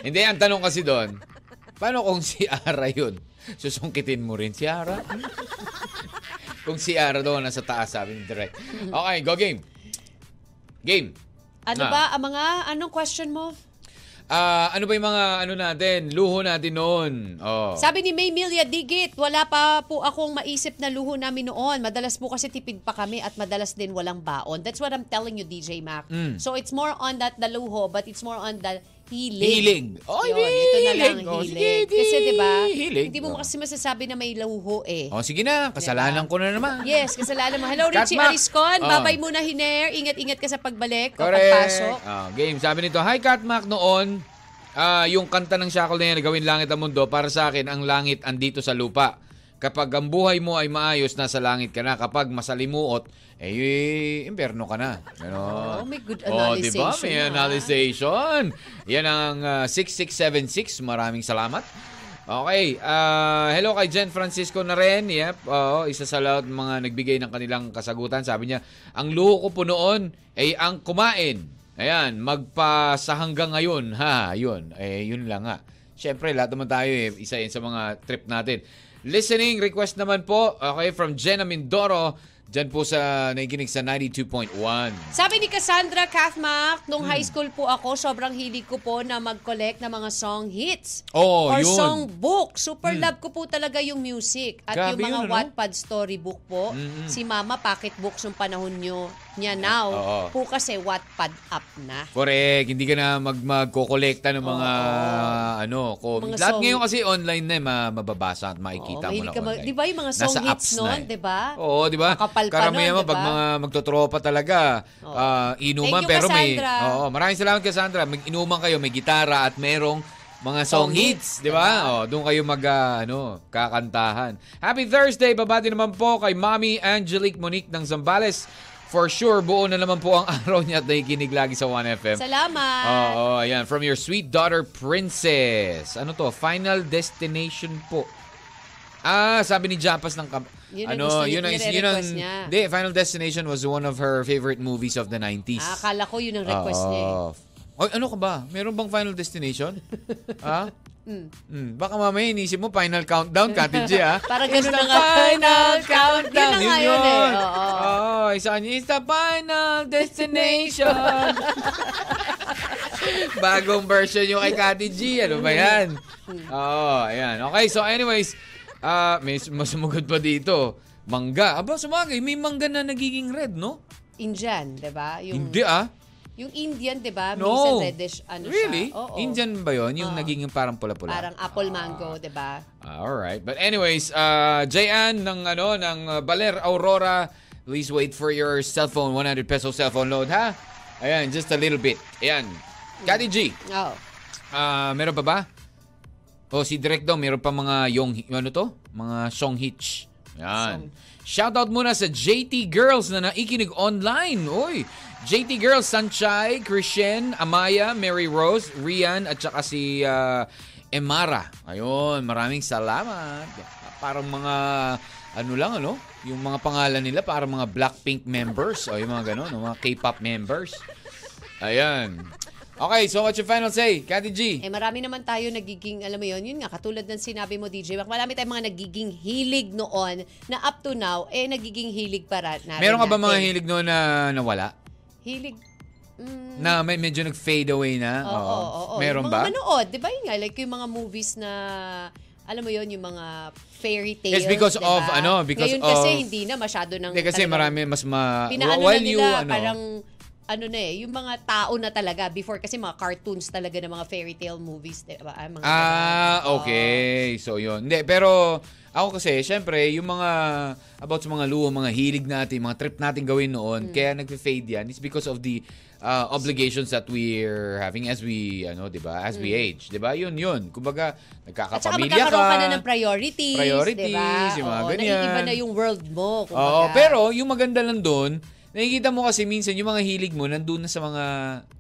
Speaker 2: Hindi ang tanong kasi doon. Paano kung si Ara 'yun? Susungkitin mo rin si Ara? kung si Ara daw nasa taas sabi ni Direk. Okay, go game. Game.
Speaker 3: Ano
Speaker 2: Ah.
Speaker 3: ba ang mga, anong question mo?
Speaker 2: Ah, ano ba 'yung mga ano natin, luho natin noon? Oh.
Speaker 3: Sabi ni May Milia Digit, wala pa po akong maisip na luho namin noon. Madalas po kasi tipid pa kami at
Speaker 2: Mm.
Speaker 3: madalas din walang baon. That's what I'm telling you, DJ Mac. So it's more on that the luho, but it's more on the Healing.
Speaker 2: Healing. Oh,
Speaker 3: Yun, ito na lang,
Speaker 2: Oh,
Speaker 3: healing.
Speaker 2: sige, di,
Speaker 3: Kasi diba,
Speaker 2: healing.
Speaker 3: hindi
Speaker 2: Oh.
Speaker 3: mo kasi masasabi na may lauho eh.
Speaker 2: Oh, sige na. Kasalanan ko na naman.
Speaker 3: Yes, kasalanan mo. Hello,
Speaker 2: Cut,
Speaker 3: Richie
Speaker 2: Mac.
Speaker 3: Ariscon.
Speaker 2: Oh.
Speaker 3: Babay muna, Hiner. Ingat-ingat ka sa pagbalik o
Speaker 2: Correct.
Speaker 3: pagpasok.
Speaker 2: Ah, game. Sabi nito, Hi Katmak noon. ah yung kanta ng Shackle na yan, Gawin Langit ang Mundo, para sa akin, ang langit andito sa lupa. Kapag ang buhay mo ay maayos, nasa langit ka na. Kapag masalimuot, eh, imperno ka na. Ganon.
Speaker 3: Oh, may good
Speaker 2: Oh, di ba? May
Speaker 3: analyzation, ah.
Speaker 2: analyzation. Yan ang ah, 6676. Maraming salamat. Okay. ah, hello kay Jen Francisco na rin. Yep. oo, isa sa lahat ng mga nagbigay ng kanilang kasagutan. Sabi niya, ang luho ko po noon ay ang kumain. Ayan, magpa sa hanggang ngayon. Ha, yun. Eh, yun lang nga. Siyempre, lahat naman tayo eh. Isa yan sa mga trip natin. Listening request naman po. Okay, from Jenna Mindoro. Diyan po sa nakikinig sa 92.1.
Speaker 3: Sabi ni Cassandra Kathmak, nung high school po ako, sobrang hilig ko po na mag-collect ng mga song hits.
Speaker 2: Oo,
Speaker 3: or
Speaker 2: yun. Hmm.
Speaker 3: song book. Super love ko po talaga yung music. At
Speaker 2: Grabe
Speaker 3: yung
Speaker 2: yun,
Speaker 3: mga
Speaker 2: ano?
Speaker 3: Wattpad storybook po. Si Mama, pocket books yung panahon nyo, niya now.
Speaker 2: Oo.
Speaker 3: Po kasi Wattpad up na.
Speaker 2: Correct, hindi ka na mag magkokolekta ng mga ano,
Speaker 3: Mga
Speaker 2: comments. Lahat
Speaker 3: song-
Speaker 2: ngayon kasi online na eh, ma- mababasa at makikita mo na
Speaker 3: Oo, mahilig ka mag-
Speaker 2: online.
Speaker 3: Di ba yung mga song
Speaker 2: Nasa
Speaker 3: hits
Speaker 2: apps na
Speaker 3: noon,
Speaker 2: eh.
Speaker 3: di ba?
Speaker 2: Oo, di ba?
Speaker 3: Diba? Makapal pa
Speaker 2: Karamihan
Speaker 3: nun,
Speaker 2: mo,
Speaker 3: di
Speaker 2: pag
Speaker 3: ba?
Speaker 2: mga magtotropa talaga, ah, inuman,
Speaker 3: Thank you,
Speaker 2: pero may...
Speaker 3: Cassandra.
Speaker 2: Oo, maraming salamat, Cassandra. Mag inuman kayo, may gitara at merong mga song,
Speaker 3: Song
Speaker 2: hits,
Speaker 3: hits, diba?
Speaker 2: di ba? Oh, doon kayo mag ah, ano, kakantahan. Happy Thursday, babati naman po kay Mommy Angelique Monique ng Zambales. For sure, buo na naman po ang araw niya at nakikinig lagi sa 1FM.
Speaker 3: Salamat.
Speaker 2: Oo, oh, ayan. From your sweet daughter, Princess. Ano to? Final destination po. Ah, sabi ni Japas ng kam-
Speaker 3: Yun ang
Speaker 2: ano,
Speaker 3: gusto niya, nire-request niya.
Speaker 2: Hindi, Final Destination was one of her favorite movies of the 90s.
Speaker 3: Ah, akala ko yun ang request niya. eh.
Speaker 2: Oo. Oy, ano ka ba? Meron bang Final Destination? ha?
Speaker 3: Hmm.
Speaker 2: Mm. Baka mamaya inisip mo Final Countdown, Kati G, ah. ha?
Speaker 3: Parang
Speaker 2: It's the
Speaker 3: ganun na nga.
Speaker 2: Final Countdown.
Speaker 3: Yun na nga yun, eh. Oo.
Speaker 2: Oo, isa niya, it's the Final Destination. Bagong version yung kay Kati G. Ano ba yan?
Speaker 3: Mm.
Speaker 2: Oo, ayan. Okay, so anyways, ah may sum- masumugod pa dito. Mangga. Aba, sumagay. May mangga na nagiging red, no?
Speaker 3: Indian, di ba? Yung,
Speaker 2: Hindi, ah.
Speaker 3: yung Indian, di ba? Minsan
Speaker 2: No.
Speaker 3: reddish, ano
Speaker 2: really?
Speaker 3: siya. Oo.
Speaker 2: Indian ba yun? Yung
Speaker 3: Oo.
Speaker 2: naging parang pula-pula?
Speaker 3: Parang apple mango, di ba?
Speaker 2: All right. Ah, But anyways, uh, Jayan ng ano ng uh, Baler Aurora, please wait for your cell phone 100 peso cell phone load ha. Ayan, just a little bit. Ayan. Kati G,
Speaker 3: Oo.
Speaker 2: ah, meron pa ba? O Oh, si Direk daw, meron pa mga yung ano to? Mga song hits. Yan. Shoutout muna sa JT Girls na naikinig online. Uy, JT Girls, Sanchay, Christian, Amaya, Mary Rose, Rian, at saka si ah, Emara. Ayun, maraming salamat. Parang mga, ano lang, ano? Yung mga pangalan nila, parang mga Blackpink members. O yung mga ganun, no? mga K-pop members. Ayan. Okay, so what's your final say, Kati G?
Speaker 3: Eh marami naman tayo nagiging, alam mo yun, yun nga, katulad ng sinabi mo DJ Mac, marami tayong mga nagiging hilig noon na up to now, eh nagiging hilig para natin.
Speaker 2: Meron ka ba mga
Speaker 3: natin.
Speaker 2: hilig noon na nawala?
Speaker 3: Hilig? Mm,
Speaker 2: Na may medyo nag-fade away na?
Speaker 3: oo, oo, oo, oo.
Speaker 2: Meron
Speaker 3: Yung
Speaker 2: ba?
Speaker 3: Mga ano, manood, di ba yun nga, like yung mga movies na, alam mo yun, yung mga fairy tales.
Speaker 2: It's because
Speaker 3: di
Speaker 2: of,
Speaker 3: ba?
Speaker 2: ano, because
Speaker 3: Ngayon kasi
Speaker 2: of-
Speaker 3: hindi na masyado ng...
Speaker 2: Hindi kasi
Speaker 3: talagang-
Speaker 2: marami mas ma... Ah,
Speaker 3: Pinaano
Speaker 2: while
Speaker 3: na
Speaker 2: you,
Speaker 3: nila,
Speaker 2: ano,
Speaker 3: parang ano na eh, yung mga tao na talaga before kasi mga cartoons talaga ng mga fairy tale movies, di ba? Ah, mga
Speaker 2: Ah,
Speaker 3: ganun.
Speaker 2: okay. So, yun. Hindi, pero ako kasi, syempre, yung mga, about sa mga luho, mga hilig natin, mga trip natin gawin
Speaker 3: Mm.
Speaker 2: noon, kaya nag-fade yan, it's because of the uh, obligations that we're having as we, ano, di ba, as we age. Di ba? Yun, yun. Kumbaga,
Speaker 3: Mm. At
Speaker 2: nagkakapamilya
Speaker 3: saka
Speaker 2: ka.
Speaker 3: magkakaroon ka na ng priorities,
Speaker 2: Priorities,
Speaker 3: di ba?
Speaker 2: yung mga
Speaker 3: Oo,
Speaker 2: ganyan.
Speaker 3: Naiiba na yung world mo. kumbaga.
Speaker 2: Oo, pero yung maganda lang doon, nakikita mo kasi minsan yung mga hilig mo nandun na sa mga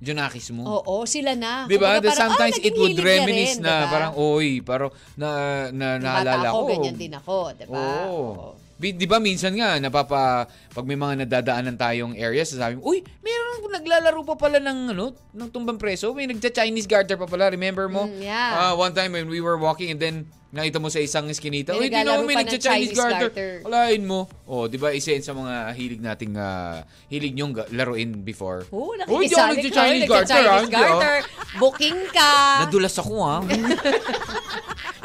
Speaker 2: junakis mo.
Speaker 3: Oo, sila na.
Speaker 2: Di ba?
Speaker 3: Kumbaga,
Speaker 2: That
Speaker 3: parang,
Speaker 2: sometimes
Speaker 3: ah, naging
Speaker 2: it would
Speaker 3: hilig niya
Speaker 2: reminisce
Speaker 3: rin,
Speaker 2: na
Speaker 3: diba?
Speaker 2: parang, oy, parang na, na,
Speaker 3: Nung bata
Speaker 2: naalala
Speaker 3: ako,
Speaker 2: ko.
Speaker 3: ganyan din ako, di ba?
Speaker 2: Oo.
Speaker 3: Diba? Oo.
Speaker 2: Di, di ba minsan nga, napapa, pag may mga nadadaanan tayong areas, sasabi mo, uy, meron naglalaro pa pala ng, ano, ng tumbang preso. May nagcha-Chinese garter pa pala. Remember mo?
Speaker 3: Mm, yeah.
Speaker 2: Ah, one time when we were walking and then nakita mo sa isang eskinita, uy, di
Speaker 3: May
Speaker 2: na
Speaker 3: naglalaro
Speaker 2: may
Speaker 3: pa ng
Speaker 2: nagcha-Chinese
Speaker 3: Chinese
Speaker 2: garter.
Speaker 3: garter.
Speaker 2: Alain mo. O, oh, di ba, isa yun sa mga hilig nating, ah, hilig nyong ga- laruin before.
Speaker 3: Oo,
Speaker 2: Uy, di ako
Speaker 3: nakikisali ka.
Speaker 2: nagcha-Chinese
Speaker 3: Chinese
Speaker 2: garter, ah.
Speaker 3: Chinese
Speaker 2: Hindi, ah.
Speaker 3: garter. Booking ka.
Speaker 2: Nadulas ako ah. ha.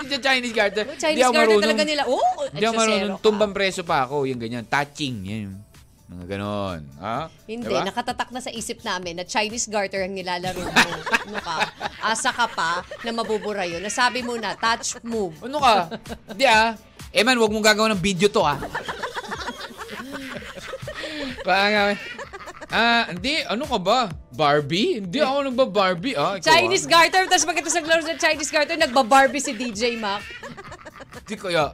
Speaker 2: Yung Chinese garter.
Speaker 3: Chinese garter talaga nila. Oo,
Speaker 2: Hindi ako
Speaker 3: exosero
Speaker 2: marunong.
Speaker 3: ka.
Speaker 2: Tumbang preso pa ako. Yung ganyan. Touching. Yan. yung Mga ganon. Ha?
Speaker 3: Hindi,
Speaker 2: Diba?
Speaker 3: nakatatak na sa isip namin na Chinese garter ang nilalaro mo. ano ka? Asa ka pa na mabubura yun. Nasabi mo na, touch move.
Speaker 2: ano ka? Hindi ah. Eh man, huwag mong gagawa ng video to ah. Parang, ah, hindi, ano ka ba? Barbie? Hindi ako nagba-Barbie ah. Ikaw,
Speaker 3: Chinese garter, tapos pagkatapos naglaro sa Chinese garter, nagbabarbie si DJ
Speaker 2: ah.
Speaker 3: Mac.
Speaker 2: Hindi kaya,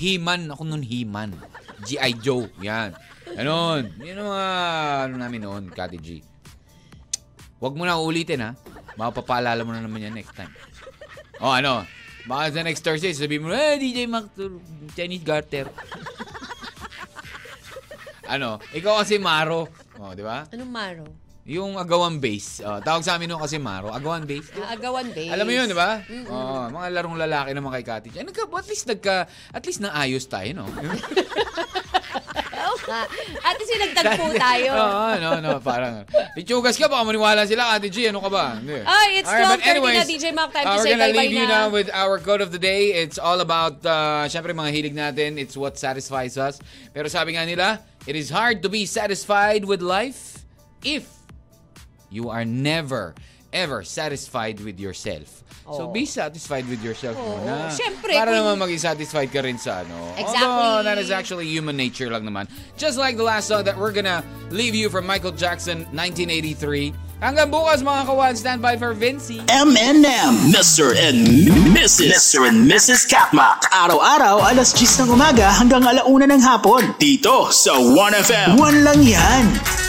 Speaker 2: He-Man ako nun, He-Man. G.I. Joe, yan. Ganon. Yun ang mga, ano namin noon, Kati G. Huwag mo na uulitin ha. Mapapaalala mo na naman yan next time. O ano, baka sa next Thursday, sabihin mo, eh, DJ Mac, Chinese garter. ano, ikaw kasi Maro. O, di ba?
Speaker 3: Anong maro?
Speaker 2: Yung agawan base. O, tawag sa amin nung kasi Maro. Agawan base.
Speaker 3: Agawan base.
Speaker 2: Alam mo yun, di ba?
Speaker 3: Mm-mm.
Speaker 2: Oo, mga larong lalaki naman kay Kati. Ay, nagka, at least nagka, at least naayos tayo, no?
Speaker 3: Oo nga. Ah, At least yung nagtagpo tayo.
Speaker 2: Oo, no, no, parang. Itsugas ka, baka maniwala sila, Ate G, ano ka ba? Hindi.
Speaker 3: Ay, it's
Speaker 2: Alright, but
Speaker 3: 12:30 na,
Speaker 2: anyways,
Speaker 3: DJ Mac. Time to
Speaker 2: uh,
Speaker 3: say
Speaker 2: We're gonna
Speaker 3: bye-bye
Speaker 2: leave you
Speaker 3: na.
Speaker 2: now with our quote of the day. It's all about, uh, syempre, mga hilig natin. It's what satisfies us. Pero sabi nga nila, it is hard to be satisfied with life if you are never, ever satisfied with yourself. So
Speaker 3: Oo.
Speaker 2: be satisfied with yourself
Speaker 3: Oo.
Speaker 2: muna.
Speaker 3: Oh. Syempre,
Speaker 2: Para
Speaker 3: kung-
Speaker 2: naman maging satisfied ka rin sa ano.
Speaker 3: Exactly.
Speaker 2: Although, that is actually human nature lang naman. Just like the last song that we're gonna leave you from Michael Jackson, 1983. Hanggang bukas mga kawan, standby for Vinci.
Speaker 1: M&M, Mr. and Mrs.
Speaker 5: Mr. and Mrs. Katmak.
Speaker 1: Araw-araw, alas 10 ng umaga hanggang alauna ng hapon.
Speaker 5: Dito sa 1FM.
Speaker 1: One lang yan.